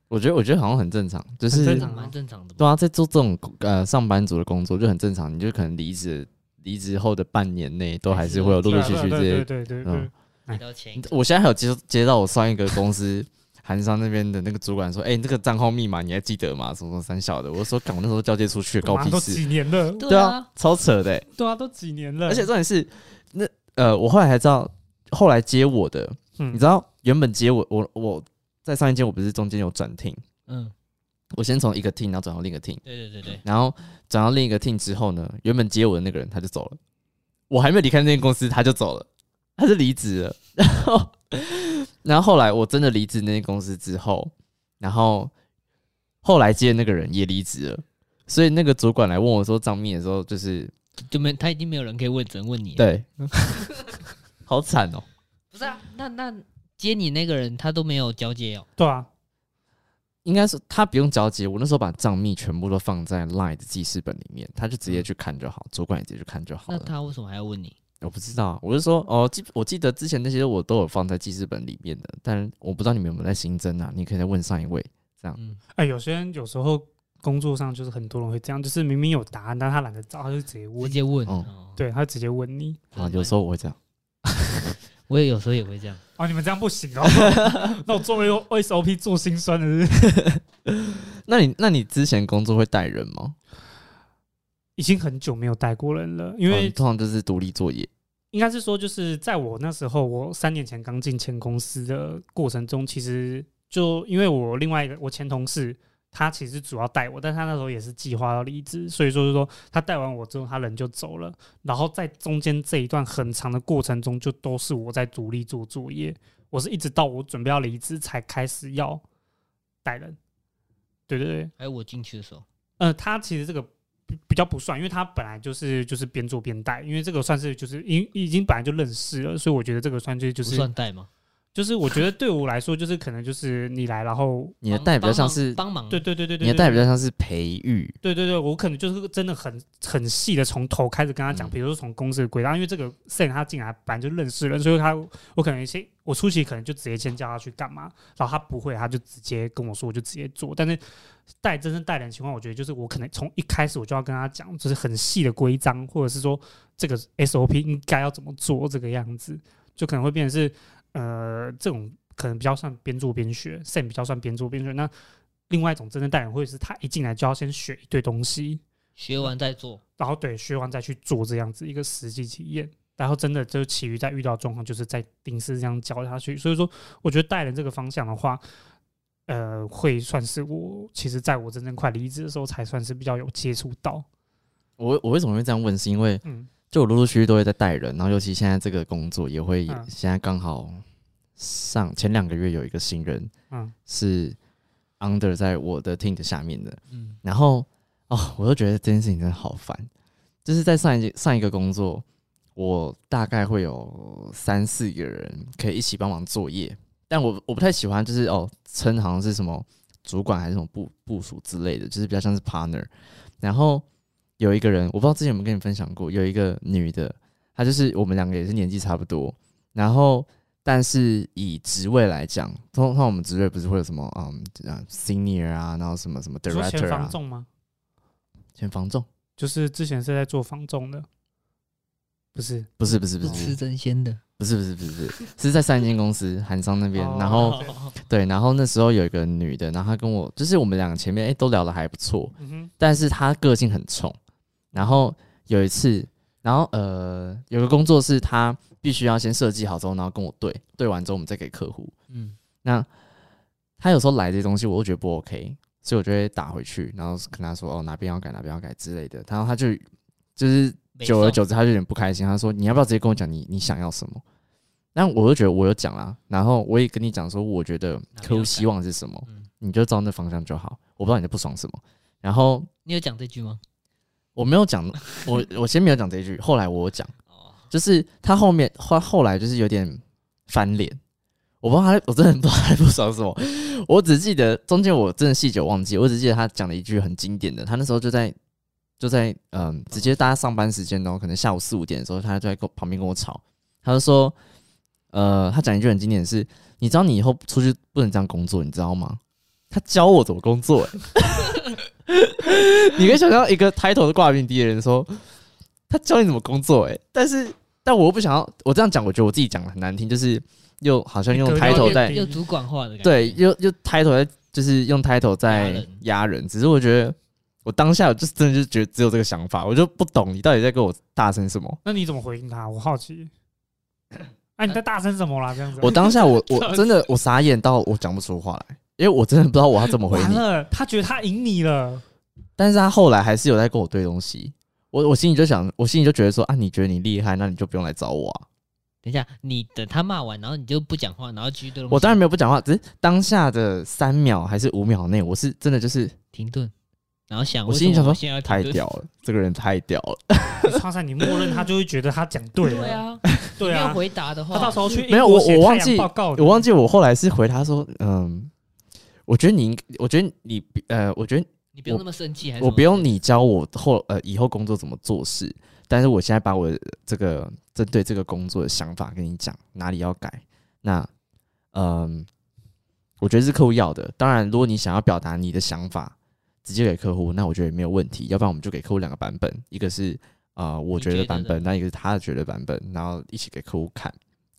[SPEAKER 1] 我觉得我觉得好像很正常，就
[SPEAKER 3] 很
[SPEAKER 1] 是
[SPEAKER 3] 正
[SPEAKER 2] 正
[SPEAKER 3] 常
[SPEAKER 2] 常蛮正常的吧。
[SPEAKER 1] 对啊，在做这种呃上班族的工作就很正常，你就可能离职离职后的半年内都还是会有”陆陆
[SPEAKER 3] 对啊
[SPEAKER 1] 续续
[SPEAKER 3] 对啊
[SPEAKER 1] 这
[SPEAKER 3] 对
[SPEAKER 1] 些。
[SPEAKER 3] 对对对
[SPEAKER 1] 嗯
[SPEAKER 3] 啊
[SPEAKER 2] 回到前一个，
[SPEAKER 1] 我现在还有接接到我上一个公司韩商那边的那个主管说，哎、你这个账号密码你还记得吗？什么什么三小的，我就说，干，我那时候交接出去，
[SPEAKER 3] 对，
[SPEAKER 1] 搞
[SPEAKER 3] 妈
[SPEAKER 1] 屁
[SPEAKER 3] 都
[SPEAKER 1] 事。
[SPEAKER 3] 几年了，
[SPEAKER 1] 对啊，，超扯的欸、
[SPEAKER 3] 对啊，都几年了，
[SPEAKER 1] 而且重点是，那呃，我后来还知道，后来接我的，
[SPEAKER 3] 嗯
[SPEAKER 1] 你知道原本接我，我我在上一间我不是中间有转 team，
[SPEAKER 2] 嗯，
[SPEAKER 1] 我先从一个 team，然后转到另一个 team，
[SPEAKER 2] 对对对对，
[SPEAKER 1] 然后转到另一个 team 之后呢，原本接我的那个人他就走了，我还没有离开那间公司他就走了，他就离职了。 然后，然后后来我真的离职那间公司之后，然后后来接的那个人也离职了，所以那个主管来问我说张密的时候，就是
[SPEAKER 2] 就没他已经没有人可以问，只能问你。，
[SPEAKER 1] 对， 好惨哦。
[SPEAKER 2] 不是啊，那那接你那个人他都没有交接哦，
[SPEAKER 3] 对啊，
[SPEAKER 1] 应该是他不用交接，我那时候把账密全部都放在 Line 的记事本里面，他就直
[SPEAKER 3] 嗯
[SPEAKER 1] 接去看就好，主管也直接去看就好
[SPEAKER 2] 那
[SPEAKER 1] 了。
[SPEAKER 2] 他为什么还要问你？
[SPEAKER 1] 我不知道啊，我是说哦，记我记得之前那些我都有放在记事本里面的，但我不知道你们有没有在新增啊？你可以再问上一位。
[SPEAKER 2] 嗯，
[SPEAKER 3] 哎，有些人有时候工作上就是很多人会这样，就是明明有答案，但他懒得找，他就直接
[SPEAKER 2] 直
[SPEAKER 3] 问，
[SPEAKER 2] 接问。
[SPEAKER 1] 哦
[SPEAKER 2] 哦，
[SPEAKER 3] 对他直接问你。
[SPEAKER 1] 啊，有时候我会这样，
[SPEAKER 2] 我也有时候也会这样。
[SPEAKER 3] 哦，你们这样 不行哦，那我作为 SOP 做心酸的是不是
[SPEAKER 1] 那你那你之前工作会带人吗？
[SPEAKER 3] 已经很久没有带过人了，因
[SPEAKER 1] 哦你
[SPEAKER 3] 为
[SPEAKER 1] 通常就是独立作业，
[SPEAKER 3] 应该是说，就是在我那时候，我三年前刚进前公司的过程中，其实就因为我另外一个我前同事，他其实主要带我，但他那时候也是计划要离职，所以说是说他带完我之后，他人就走了。然后在中间这一段很长的过程中，就都是我在独立做作业，我是一直到我准备要离职才开始要带人。对对对，
[SPEAKER 2] 还哎有我进去的时候，
[SPEAKER 3] 呃，他其实这个比比较不算，因为他本来就是就是边做边带，因为这个算是就是已已经本来就认识了，所以我觉得这个算就就
[SPEAKER 2] 不
[SPEAKER 3] 是
[SPEAKER 2] 算带吗？
[SPEAKER 3] 就是我觉得对我来说，就是可能就是你来，然后
[SPEAKER 1] 你的带比较像
[SPEAKER 2] 帮忙
[SPEAKER 1] 是，
[SPEAKER 2] 帮忙，
[SPEAKER 3] 对对对对对，
[SPEAKER 1] 你的带比较像是培育，
[SPEAKER 3] 对对对，我可能就是真的很很细的从头开始跟他
[SPEAKER 2] 嗯
[SPEAKER 3] 讲，比如说从公司的轨道，因为这个 Sam 他进来本来就认识了，所以他我可能先我初期可能就直接先叫他去干嘛，然后他不会，他就直接跟我说，我就直接做。但是带真正带人的情况，我觉得就是我可能从一开始我就要跟他讲，就是很细的规章，或者是说这个 SOP 应该要怎么做这个样子，就可能会变成是呃这种可能比较算边做边学，Sam 比较算边做边学那。另外一种真正带人会是他一进来就要先学一堆东西，
[SPEAKER 2] 学完再做。
[SPEAKER 3] 然后对学完再去做这样子一个实际体验，然后真的就其余再遇到状况，就是在定时这样教下去。所以说，我觉得带人这个方向的话，呃，会算是我其实在我真正快离职的时候才算是比较有接触到。
[SPEAKER 1] 我我为什么会这样问？是因为
[SPEAKER 3] 嗯
[SPEAKER 1] 就我陆陆续续都会在带人，然后尤其现在这个工作也会，
[SPEAKER 3] 嗯
[SPEAKER 1] 现在刚好上前两个月有一个新人
[SPEAKER 3] 嗯，
[SPEAKER 1] 是 under 在我的 team 的下面的，
[SPEAKER 2] 嗯，
[SPEAKER 1] 然后哦，我就觉得这件事情真的好烦。就是在上一上一个工作，我大概会有三四个人可以一起帮忙作业，但我我不太喜欢，就是哦，称好像是什么主管还是什么部部署之类的，就是比较像是 partner。然后有一个人，我不知道之前有没有跟你分享过，有一个女的，她就是我们两个也是年纪差不多，然后但是以职位来讲，通通常我们职位不是会有什么嗯啊 senior 啊，然后什么什么
[SPEAKER 3] 你说前
[SPEAKER 1] director
[SPEAKER 3] 房
[SPEAKER 1] 啊，
[SPEAKER 3] 仲吗？
[SPEAKER 1] 前房仲，
[SPEAKER 3] 就是之前是在做房仲的，不是？
[SPEAKER 1] 不是不是不
[SPEAKER 2] 是
[SPEAKER 1] 是
[SPEAKER 2] 吃真鲜的。
[SPEAKER 1] 不是不是不是不是是在三间公司韩商那边，
[SPEAKER 3] 哦
[SPEAKER 1] 然后对，然后那时候有一个女的，然后她跟我就是我们两个前面哎、都聊得还不错，
[SPEAKER 3] 嗯哼，
[SPEAKER 1] 但是她个性很冲，然后有一次，然后呃有个工作是她必须要先设计好之后，然后跟我对对完之后我们再给客户，
[SPEAKER 2] 嗯，
[SPEAKER 1] 那他有时候来这些东西，我都觉得不 OK，所以我就会打回去，然后跟他说哦哪边要改哪边要改之类的，然后他就就是
[SPEAKER 2] 北
[SPEAKER 1] 久而
[SPEAKER 2] 宋
[SPEAKER 1] 久之他就有点不开心，他说你要不要直接跟我讲你你想要什么？但我就觉得我有讲啦，然后我也跟你讲说我觉得
[SPEAKER 2] 哪
[SPEAKER 1] 客
[SPEAKER 2] 边
[SPEAKER 1] 户
[SPEAKER 2] 要
[SPEAKER 1] 希
[SPEAKER 2] 改
[SPEAKER 1] 望是什么，
[SPEAKER 2] 嗯，
[SPEAKER 1] 你就照那方向就好，我不知道你在不爽什么，然后。
[SPEAKER 2] 你有讲这句吗？
[SPEAKER 1] 我没有讲，我我先没有讲这一句，后来我有讲，
[SPEAKER 2] 哦，
[SPEAKER 1] 就是他后面后后来就是有点翻脸，我不知道他，我真的不知道他在不爽什么， 我只记得中间我真的细节忘记，我只记得他讲了一句很经典的，他那时候就在就在嗯，直接大家上班时间哦，可能下午四五点的时候，他就在跟我旁边跟我吵，他就说，呃，他讲一句很经典的是，你知道你以后出去不能这样工作，你知道吗？他教我怎么工作、欸，你可以想象一个抬头的挂名敌人说，他教你怎么工作、欸，但是但我又不想要，我这样讲，我觉得我自己讲的很难听，就是又好像用
[SPEAKER 3] 你格
[SPEAKER 1] 抬
[SPEAKER 3] 调
[SPEAKER 1] 头
[SPEAKER 3] 变
[SPEAKER 1] 在
[SPEAKER 3] 低
[SPEAKER 2] 有主管化的感觉。
[SPEAKER 1] 对，又又 title 在就是用 title
[SPEAKER 2] 压
[SPEAKER 1] 在
[SPEAKER 2] 人
[SPEAKER 1] 压人，只是我觉得我当下就是真的就觉得只有这个想法，我就不懂你到底在跟我大声什 么。
[SPEAKER 3] 那你怎么回应他？我好奇。哎、你在大声什么啦？这样子，
[SPEAKER 1] 我当下我我真的我傻眼到我讲不出话来，因为我真的不知道我要怎么回
[SPEAKER 3] 完
[SPEAKER 1] 你。
[SPEAKER 3] 了，他觉得他赢 你了。
[SPEAKER 1] 但是他后来还是有在跟我对东西，我我心里就想，我心里就觉得说啊，你觉得你厉害，那你就不用来找我啊。
[SPEAKER 2] 等一下，你等他骂完，然后你就不讲话，然后继续对东西
[SPEAKER 1] 我当然没有不讲话，只是当下的三秒还是五秒内，我是真的就是
[SPEAKER 2] 停顿，然后想，
[SPEAKER 1] 我心里
[SPEAKER 2] 为什
[SPEAKER 1] 想
[SPEAKER 2] 么
[SPEAKER 1] 说
[SPEAKER 2] 我现在要
[SPEAKER 1] 太
[SPEAKER 2] 停顿
[SPEAKER 1] 屌了，这个人太屌了。
[SPEAKER 3] 川山，你默认他就会觉得他讲对了，
[SPEAKER 2] 对 啊，
[SPEAKER 3] 对
[SPEAKER 2] 要
[SPEAKER 3] 啊，
[SPEAKER 2] 回答的
[SPEAKER 3] 他
[SPEAKER 2] 话，
[SPEAKER 3] 到时候去英国
[SPEAKER 1] 没有我
[SPEAKER 3] 写
[SPEAKER 1] 我
[SPEAKER 3] 太
[SPEAKER 1] 忘
[SPEAKER 3] 阳
[SPEAKER 1] 记
[SPEAKER 3] 报
[SPEAKER 2] 哦
[SPEAKER 3] 告的，
[SPEAKER 1] 我忘记我后来是回他说，嗯，我觉得你应，我觉得你，呃，我觉得
[SPEAKER 2] 你不用那么生气，还是
[SPEAKER 1] 我
[SPEAKER 2] 什么
[SPEAKER 1] 不用你教我后，呃，以后工作怎么做事，但是我现在把我这个针对这个工作的想法跟你讲，哪里要改，那，嗯，我觉得是客户要的。当然，如果你想要表达你的想法，直接给客户，那我觉得也没有问题。要不然我们就给客户两个版本，一个是啊、呃我
[SPEAKER 2] 你
[SPEAKER 1] 觉
[SPEAKER 2] 觉
[SPEAKER 1] 得
[SPEAKER 2] 得
[SPEAKER 1] 版
[SPEAKER 2] 的
[SPEAKER 1] 本，那一个是他的觉得版本，然后一起给客户看，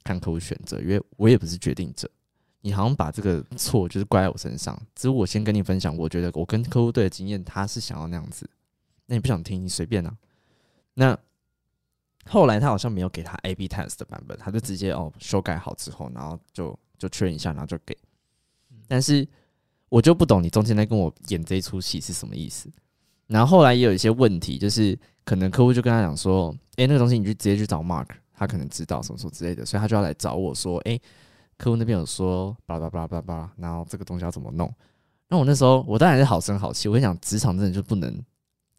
[SPEAKER 1] 看客户选择，因为我也不是决定者。你好像把这个错就是怪在我身上，只是我先跟你分享，我觉得我跟客户对的经验，他是想要那样子，那你不想听，你随便啊。那后来他好像没有给他 A B test 的版本，他就直接哦修改好之后，然后就就确认一下，然后就给。但是我就不懂你中间在跟我演这一出戏是什么意思。然后后来也有一些问题，就是可能客户就跟他讲说，诶，那个东西你就直接去找 Mark，他可能知道什么什么之类的，所以他就要来找我说，诶，客户那边有说巴拉巴拉巴拉巴拉，然后这个东西要怎么弄？那我那时候我当然是好声好气，我跟你讲，职场真的就不能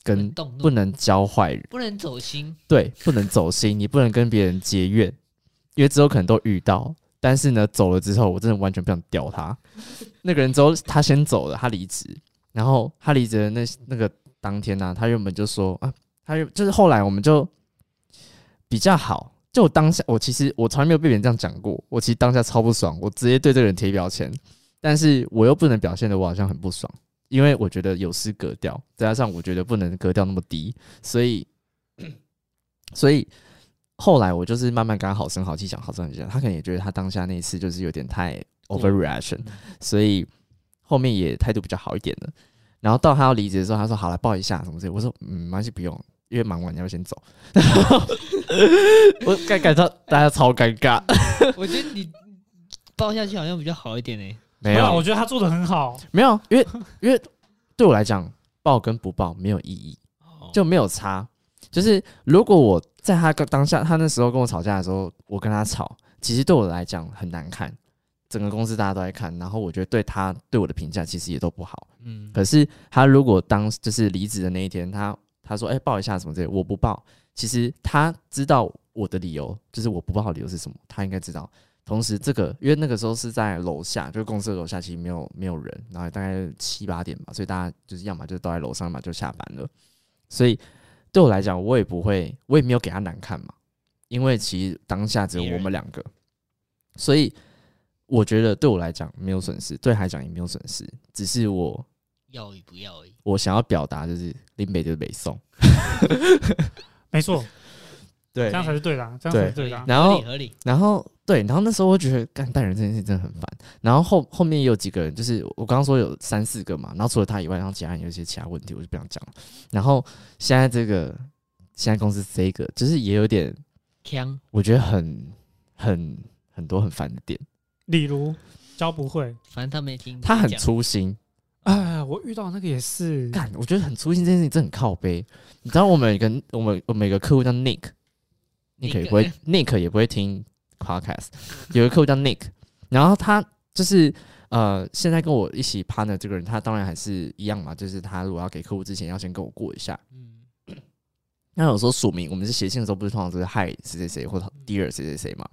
[SPEAKER 1] 跟
[SPEAKER 2] 动怒
[SPEAKER 1] 不能教坏人，
[SPEAKER 2] 不能 走心，
[SPEAKER 1] 对，不能走心，你不能跟别人结怨，因为之后可能都遇到。但是呢，走了之后，我真的完全不想屌他。那个人之后，他先走了，他离职，然后他离职的那那个当天呢、他原本就说啊，他原就是后来我们就比较好。就我当下，我其实我从来没有被别人这样讲过，我其实当下超不爽，我直接对这个人贴标签，但是我又不能表现的我好像很不爽，因为我觉得有失格调，再加上我觉得不能格调那么低，所 以所以后来我就是慢慢跟他好声好气讲，好声好气讲。他可能也觉得他当下那一次就是有点太 overreaction，所以后面也态度比较好一点了。然后到他要离职的时候，他说：“好了，抱一下什么之类的。”我说：“嗯，没关系，不用，因为忙完你要先走。 然后”我感感到大家超尴尬，
[SPEAKER 2] 我觉得你抱下去好像比较好一点欸呢、
[SPEAKER 1] 没
[SPEAKER 3] 啦
[SPEAKER 1] 有
[SPEAKER 3] 我觉得他做的很好。
[SPEAKER 1] 没有，因为因为对我来讲，抱跟不抱没有意义。
[SPEAKER 2] 哦，
[SPEAKER 1] 就没有差。就是如果我在他跟当下，他那时候跟我吵架的时候，我跟他吵，其实对我来讲很难看，整个公司大家都在看，然后我觉得对他对我的评价其实也都不好。
[SPEAKER 2] 嗯，
[SPEAKER 1] 可是他如果当就是离职的那一天，他他说哎、抱一下什么之类的，我不抱。其实他知道我的理由，就是我不抱的理由是什么，他应该知道。同时，这个因为那个时候是在楼下，就是公司的楼下，其实没有没有人，然后大概七八点吧，所以大家就是要么就都在楼上，要么就下班了。所以对我来讲，我也不会，我也没有给他难看嘛，因为其实当下只有我们两个，所以我觉得对我来讲没有损失，对他来讲也没有损失，只是我
[SPEAKER 2] 要与不要而已。
[SPEAKER 1] 我想要表达就是林北就是北宋，
[SPEAKER 3] 没错，
[SPEAKER 1] 对
[SPEAKER 3] 这样才是对的啊，这样才是对的啊。
[SPEAKER 1] 然后
[SPEAKER 2] 合理合理，
[SPEAKER 1] 然后对，然后那时候我觉得干带人这件事真的很烦。然后后后面也有几个人，就是我刚刚说有三四个嘛，然后除了他以外，然后其他人有一些其他问题，我就不想讲了。然后现在这个现在公司这个，就是也有点
[SPEAKER 2] 强
[SPEAKER 1] 我觉得很很很多很烦的点，
[SPEAKER 3] 例如教不会，
[SPEAKER 2] 反正他没听
[SPEAKER 1] 他很
[SPEAKER 2] 讲
[SPEAKER 1] 粗心，
[SPEAKER 3] 哎，我遇到那个也是，
[SPEAKER 1] 干，我觉得很粗心这件事情真的很靠背。你知道我们有一个我们我们有一个客户叫 Nick，Nick 也不会 Nick 也不会听 podcast，有一个客户叫 Nick，然后他就是呃现在跟我一起 partner 这个人，他当然还是一样嘛，就是他如果要给客户之前要先跟我过一下。
[SPEAKER 2] 嗯，
[SPEAKER 1] 那有时候署名，我们是写信的时候，不是通常都是 Hi 谁谁谁或者 Dear 谁谁谁嘛？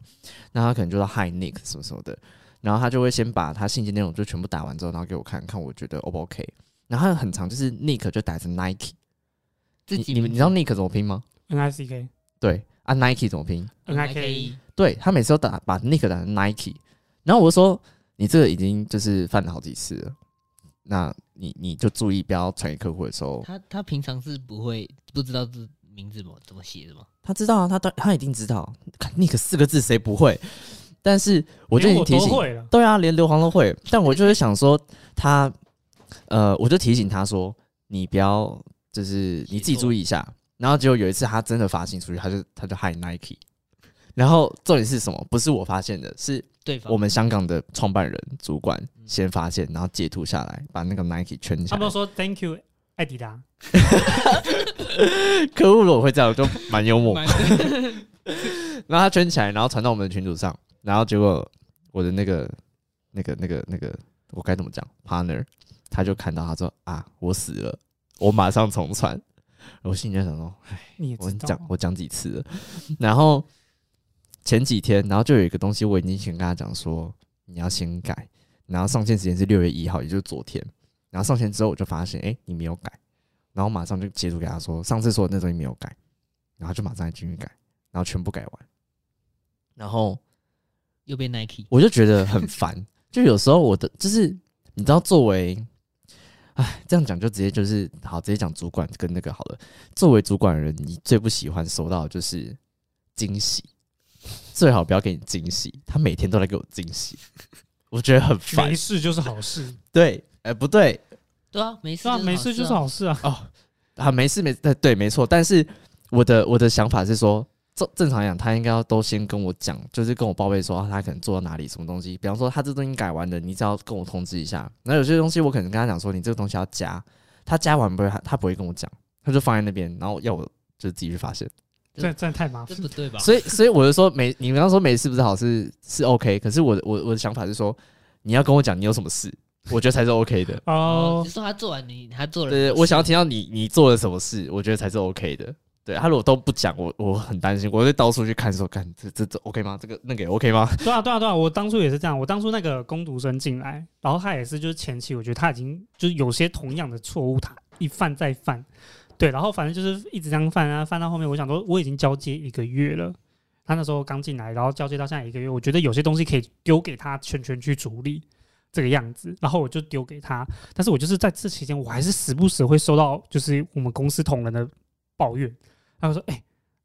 [SPEAKER 1] 那他可能就到 Hi Nick 什么什么的，然后他就会先把他信件内容就全部打完之后，然后给我看看，我觉得 O 不 OK？然后他很长，就是 Nick 就打成 Nike，
[SPEAKER 2] 自己
[SPEAKER 1] 你你们你知道 Nick 怎么拼吗？
[SPEAKER 3] N I C K
[SPEAKER 1] 对啊，Nike 怎么拼？
[SPEAKER 3] N I K E，
[SPEAKER 1] 对他每次都打把 Nick 打成 Nike，然后我就说你这个已经就是犯了好几次了，那你你就注意不要传给客户的时候，
[SPEAKER 2] 他他平常是不会不知道字名字怎么怎么写的吗？
[SPEAKER 1] 他知道啊，他他他一定知道，看 Nick 四个字谁不会？但是我就已
[SPEAKER 3] 连
[SPEAKER 1] 经
[SPEAKER 3] 我
[SPEAKER 1] 提
[SPEAKER 3] 都
[SPEAKER 1] 醒，
[SPEAKER 3] 会了。
[SPEAKER 1] 对啊，连硫磺都会，但我就是想说他，呃，我就提醒他说你不要就是你自己注意一下，然后结果有一次他真的发信出去，他就他就害 Nike。然后重点是什么？不是我发现的，是
[SPEAKER 2] 对方
[SPEAKER 1] 我们香港的创办人主管先发现，然后截图下来，把那个 Nike 圈起
[SPEAKER 3] 他
[SPEAKER 1] 来
[SPEAKER 3] 们都。说 Thank you，艾迪达。
[SPEAKER 1] 可恶，如果会这样，我就蛮幽默。
[SPEAKER 2] 蛮
[SPEAKER 1] 然后他圈起来，然后传到我们的群组上，然后结果我的那个、那个、那个、那个，我该怎么讲？partner，他就看到他说啊，我死了，我马上重传。我心里在想说，
[SPEAKER 3] 你也
[SPEAKER 1] 我
[SPEAKER 3] 知道啊
[SPEAKER 1] 讲，我讲几次了，然后前几天，然后就有一个东西，我已经先跟他讲说你要先改，然后上线时间是六月一号，也就是昨天。然后上线之后，我就发现哎、诶你没有改，然后马上就截图给他说上次说的那东西没有改，然后就马上继续改，然后全部改完，然后
[SPEAKER 2] 又被 Nike
[SPEAKER 1] 我就觉得很烦。 就有时候我的就是你知道，作为，哎，这样讲就直接就是好，直接讲主管跟那个好了。作为主管的人，你最不喜欢收到的就是惊喜，最好不要给你惊喜。他每天都来给我惊喜，我觉得很烦
[SPEAKER 3] 没。事就是好事，
[SPEAKER 1] 对，哎、不对
[SPEAKER 2] 对啊，没事
[SPEAKER 3] 对啊，没事 就是
[SPEAKER 2] 好
[SPEAKER 3] 好事啊。
[SPEAKER 1] 哦，啊，没事没事，对，没错。但是我的我的想法是说，正正常来讲，他应该要都先跟我讲，就是跟我报备说、啊他可能做到哪里，什么东西。比方说他这东西改完了，你只要跟我通知一下。然后有些东西我可能跟他讲说，你这个东西要加，他加完不会，他他不会跟我讲，他就放在那边，然后要我就自己去发现。
[SPEAKER 3] 这真的太麻
[SPEAKER 2] 这
[SPEAKER 3] 烦。
[SPEAKER 2] 不对吧？
[SPEAKER 1] 所以，所以我就说没，你们刚说没事不是好事是 OK，可是我的我我的想法是说，你要跟我讲你有什么事，我觉得才是 OK 的。
[SPEAKER 2] 哦，
[SPEAKER 3] 哦
[SPEAKER 2] 你，说他做完你，他做了，
[SPEAKER 1] 对，我想要听到你你做了什么事，我觉得才是 OK 的。对他如果都不讲，我我很担心，我会到处去看说，看这这这 OK 吗？这个那个也 OK 吗？
[SPEAKER 3] 对啊，对啊，对啊，我当初也是这样。我当初那个攻读生进来，然后他也是，就是前期我觉得他已经就是有些同样的错误，他一犯再犯，对，然后反正就是一直这样犯啊，犯到后面，我想说我已经交接一个月了，他那时候刚进来，然后交接到现在一个月，我觉得有些东西可以丢给他全权去处理这个样子，然后我就丢给他，但是我就是在这期间，我还是时不时会收到就是我们公司同仁的抱怨，他会说，哎、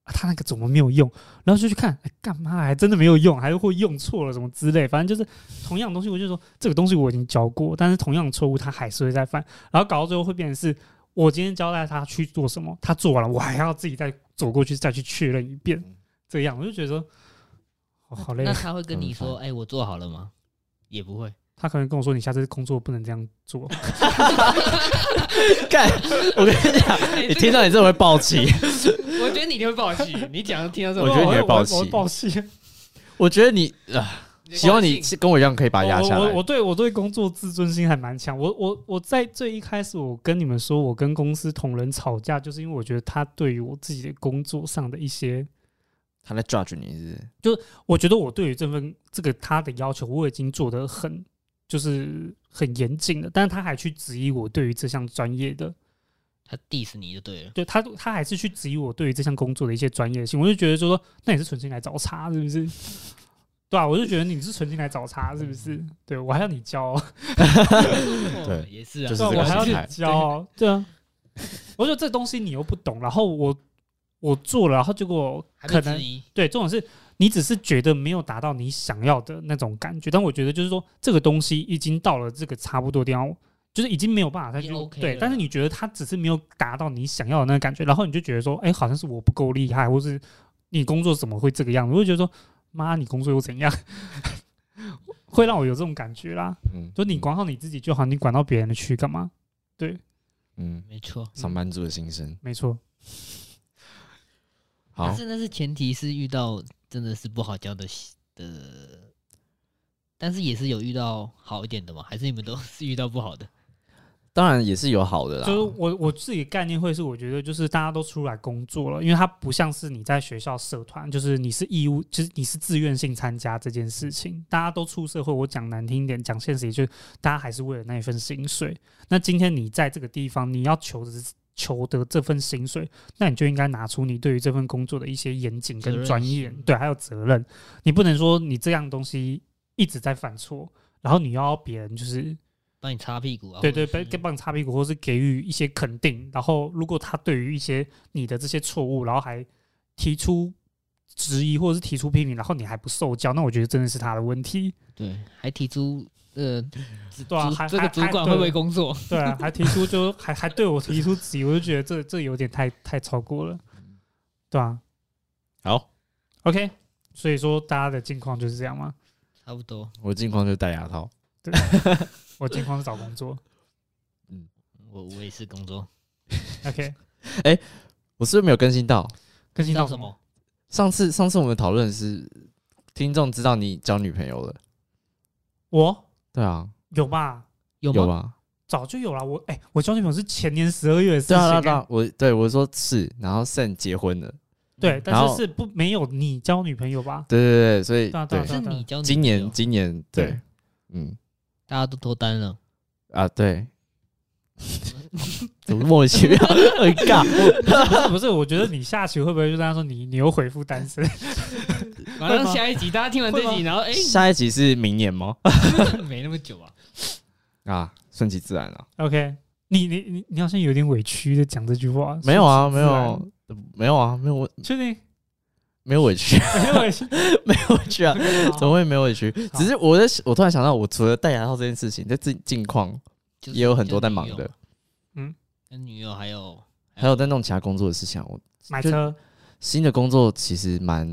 [SPEAKER 3] 啊他那个怎么没有用？然后就去看，哎干嘛？还真的没有用，还会用错了什么之类。反正就是同样的东西，我就说这个东西我已经教过，但是同样的错误他还是会再犯。然后搞到最后会变成是我今天交代他去做什么，他做完了，我还要自己再走过去再去确认一遍，这个样我就觉得说，哦、好累
[SPEAKER 2] 嗯那
[SPEAKER 3] 啊。
[SPEAKER 2] 他会跟你
[SPEAKER 1] 很
[SPEAKER 2] 说，哎，我做好了吗？也不会，
[SPEAKER 3] 他可能跟我说，你下次工作不能这样做。
[SPEAKER 1] 干，我跟你讲，你听到你这会暴气。
[SPEAKER 2] 我觉得你一定会爆气，你讲听到
[SPEAKER 1] 我觉得你会爆气
[SPEAKER 3] 我我我爆气。
[SPEAKER 1] 我觉得你啊，希望你是跟我一样可以把它压下
[SPEAKER 3] 我我我
[SPEAKER 1] 来。
[SPEAKER 3] 对我对工作自尊心还蛮强。我我我在最一开始，我跟你们说，我跟公司同仁吵架，就是因为我觉得他对于我自己的工作上的一些，
[SPEAKER 1] 他在 judge 你是不是
[SPEAKER 3] 我觉得我对于这份这个他的要求，我已经做得很就是很严谨了，但是他还去质疑我对于这项专业的，
[SPEAKER 2] 他 diss 你就对了。
[SPEAKER 3] 对他他还是去质疑我对于这项工作的一些专业性。我就觉得就说，那你是存心来找茬是不 是？对啊，我就觉得你是存心来找茬是不
[SPEAKER 1] 嗯
[SPEAKER 3] 是？对我还要你教哦、
[SPEAKER 1] 对
[SPEAKER 2] 也是啊，
[SPEAKER 1] 就是
[SPEAKER 3] 对啊，
[SPEAKER 1] 这个
[SPEAKER 3] 我还要
[SPEAKER 1] 心
[SPEAKER 3] 去
[SPEAKER 1] 态
[SPEAKER 3] 教哦，对啊。 我说这东西你又不懂，然后我我做了，然后结果
[SPEAKER 2] 还被
[SPEAKER 3] 可
[SPEAKER 2] 质
[SPEAKER 3] 能
[SPEAKER 2] 疑，
[SPEAKER 3] 对这种是你只是觉得没有达到你想要的那种感觉，但我觉得就是说这个东西已经到了这个差不多的地方，就是已经没有办法再
[SPEAKER 2] 已
[SPEAKER 3] 去
[SPEAKER 2] 经 OK
[SPEAKER 3] 对
[SPEAKER 2] 了，
[SPEAKER 3] 但是你觉得它只是没有达到你想要的那个感觉，然后你就觉得说，哎、好像是我不够厉害，或是你工作怎么会这个样子？我就觉得说，妈，你工作又怎样？ 会让我有这种感觉啦，
[SPEAKER 1] 嗯，
[SPEAKER 3] 就你管好你自己就好，你管到别人的去干嘛？
[SPEAKER 1] 嗯，
[SPEAKER 2] 没错。
[SPEAKER 1] 上班族的心声。
[SPEAKER 3] 没错，
[SPEAKER 1] 好
[SPEAKER 2] 但，是那是前提是遇到真的是不好教的系的，但是也是有遇到好一点的嘛？还是你们都是遇到不好的？
[SPEAKER 1] 当然也是有好
[SPEAKER 2] 啊
[SPEAKER 1] 的啦。
[SPEAKER 3] 就是我我自己概念会是，我觉得就是大家都出来工作了，因为它不像是你在学校社团，就是你是义务，就是你是自愿性参加这件事情。大家都出社会，我讲难听一点，讲现实一点，就是大家还是为了那一份薪水。那今天你在这个地方，你要求的是求得这份薪水，那你就应该拿出你对于这份工作的一些严谨
[SPEAKER 2] 责
[SPEAKER 3] 跟
[SPEAKER 2] 任
[SPEAKER 3] 专业
[SPEAKER 2] 心，
[SPEAKER 3] 对，还有责任。你不能说你这样东西一直在犯错，然后你又要别人就是
[SPEAKER 2] 帮你擦屁股啊？
[SPEAKER 3] 对
[SPEAKER 2] 或者
[SPEAKER 3] 对，被
[SPEAKER 2] 是
[SPEAKER 3] 帮你擦屁股，或是给予一些肯定。然后，如果他对于一些你的这些错误，然后还提出质疑或者是提出批评，然后你还不受教，那我觉得真的是他的问题。
[SPEAKER 2] 对，还提出 呃，主
[SPEAKER 3] 对啊还
[SPEAKER 2] 这个
[SPEAKER 3] 还
[SPEAKER 2] 主
[SPEAKER 3] 还
[SPEAKER 2] 管会不
[SPEAKER 3] 对
[SPEAKER 2] 会工作？
[SPEAKER 3] 对啊，还提出就还还对我提出质疑，我就觉得这这有点太太超过了，对啊
[SPEAKER 1] 嗯好，
[SPEAKER 3] ，OK，所以说大家的近况就是这样吗？
[SPEAKER 2] 差不多，
[SPEAKER 1] 我近况就戴牙套。
[SPEAKER 3] 我近况是找工作
[SPEAKER 2] 我我也是工作。
[SPEAKER 3] ，OK，
[SPEAKER 1] 我是不是没有更新到？
[SPEAKER 3] 更新
[SPEAKER 2] 到
[SPEAKER 3] 到
[SPEAKER 2] 什
[SPEAKER 3] 什
[SPEAKER 2] 么
[SPEAKER 3] 么？？
[SPEAKER 1] 上次上次我们讨论的是听众知道你交女朋友了，
[SPEAKER 3] 我
[SPEAKER 1] 对啊，
[SPEAKER 3] 有吧？
[SPEAKER 2] 有
[SPEAKER 1] 有
[SPEAKER 2] 吗？
[SPEAKER 1] 吧？
[SPEAKER 3] 早就有了，我哎、我交女朋友是前年十二月的事
[SPEAKER 1] 对
[SPEAKER 3] 情、
[SPEAKER 1] 啊，对啊
[SPEAKER 3] 欸
[SPEAKER 1] 对啊，我对我说是，然后 Sam 结婚了，
[SPEAKER 3] 对，
[SPEAKER 1] 然
[SPEAKER 3] 但
[SPEAKER 1] 后
[SPEAKER 3] 是是不没有你交女朋友吧？
[SPEAKER 1] 对对对，所以
[SPEAKER 3] 对啊对啊
[SPEAKER 1] 对，
[SPEAKER 3] 对
[SPEAKER 2] 是
[SPEAKER 3] 啊
[SPEAKER 2] 你教女
[SPEAKER 1] 今
[SPEAKER 2] 朋
[SPEAKER 1] 年
[SPEAKER 2] 友
[SPEAKER 1] 今年对
[SPEAKER 3] 对，
[SPEAKER 1] 嗯
[SPEAKER 2] 大家都脱单了，
[SPEAKER 1] 啊对， 怎么莫名其 妙，很尬，
[SPEAKER 3] 不是不是，我觉得你下期会不会就跟他说你你又回复单身？
[SPEAKER 2] 马
[SPEAKER 3] 会
[SPEAKER 2] 上
[SPEAKER 3] 吗
[SPEAKER 2] 下一集，大家听完这
[SPEAKER 3] 会
[SPEAKER 2] 集，然后哎，
[SPEAKER 1] 下一集是明年吗？
[SPEAKER 2] 没那么久啊，
[SPEAKER 1] 啊，顺其自然啊，
[SPEAKER 3] OK，你你你你好像有点委屈的讲这句话，
[SPEAKER 1] 没有啊，
[SPEAKER 3] 是
[SPEAKER 1] 没
[SPEAKER 3] 不是
[SPEAKER 1] 有，没有啊，没有
[SPEAKER 3] 自然，确定
[SPEAKER 1] 没有委屈，
[SPEAKER 3] 没有委屈？
[SPEAKER 1] 没有委屈啊，怎么会没有委屈？
[SPEAKER 3] 好
[SPEAKER 1] 只是我在，我突然想到，我除了戴牙套这件事情，在近近况
[SPEAKER 2] 就是
[SPEAKER 1] 也有很多
[SPEAKER 2] 就
[SPEAKER 1] 在
[SPEAKER 2] 女
[SPEAKER 1] 忙
[SPEAKER 2] 友
[SPEAKER 1] 的，
[SPEAKER 2] 跟女友还有
[SPEAKER 1] 还有在弄其他工作的事情啊，我
[SPEAKER 3] 买车
[SPEAKER 1] 新的工作其实蛮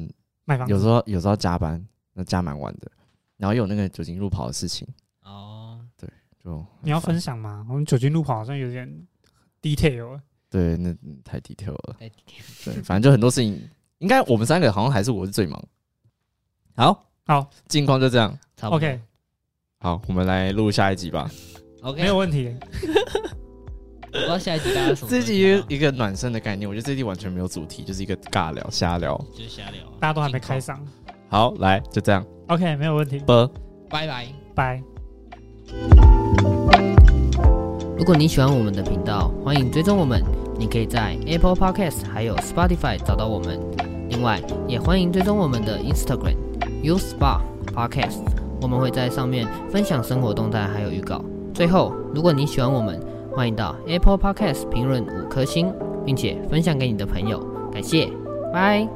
[SPEAKER 3] 卖房子
[SPEAKER 1] 有时候有时候加班，那加蛮晚的，然后又有那个酒精路跑的事情，
[SPEAKER 2] 哦，
[SPEAKER 1] 就很
[SPEAKER 3] 你要
[SPEAKER 1] 烦
[SPEAKER 3] 分享吗？我们酒精路跑好像有点 detail 了
[SPEAKER 1] 对，那嗯太 detail 了。
[SPEAKER 2] 哎
[SPEAKER 1] 对，反正就很多事情，应该我们三个好像还是我是最忙。好，
[SPEAKER 3] 好
[SPEAKER 1] 近况就这样。
[SPEAKER 2] 差不多
[SPEAKER 3] ，OK，
[SPEAKER 1] 好，我们来录下一集 吧。
[SPEAKER 2] OK，
[SPEAKER 3] 没有问题。
[SPEAKER 2] 我不知道下一集大家什么时
[SPEAKER 1] 这
[SPEAKER 2] 候
[SPEAKER 1] 一集
[SPEAKER 2] 听到
[SPEAKER 1] 一个暖身的概念，我觉得这一集完全没有主题，就是一个尬聊、瞎聊。
[SPEAKER 2] 就瞎聊啊，
[SPEAKER 3] 大家都还没开
[SPEAKER 2] 始，
[SPEAKER 3] 嗓
[SPEAKER 1] 好，来就这样。
[SPEAKER 3] ，OK，没有问题，
[SPEAKER 1] 啵。
[SPEAKER 2] 拜拜。
[SPEAKER 3] 拜。
[SPEAKER 2] 如果你喜欢我们的频道，欢迎追踪我们。你可以在 Apple Podcast 还有 Spotify 找到我们。另外，也欢迎追踪我们的 Instagram U Spa Podcast，我们会在上面分享生活动态还有预告。最后，如果你喜欢我们，欢迎到 Apple Podcast 评论五颗星，并且分享给你的朋友。感谢，拜。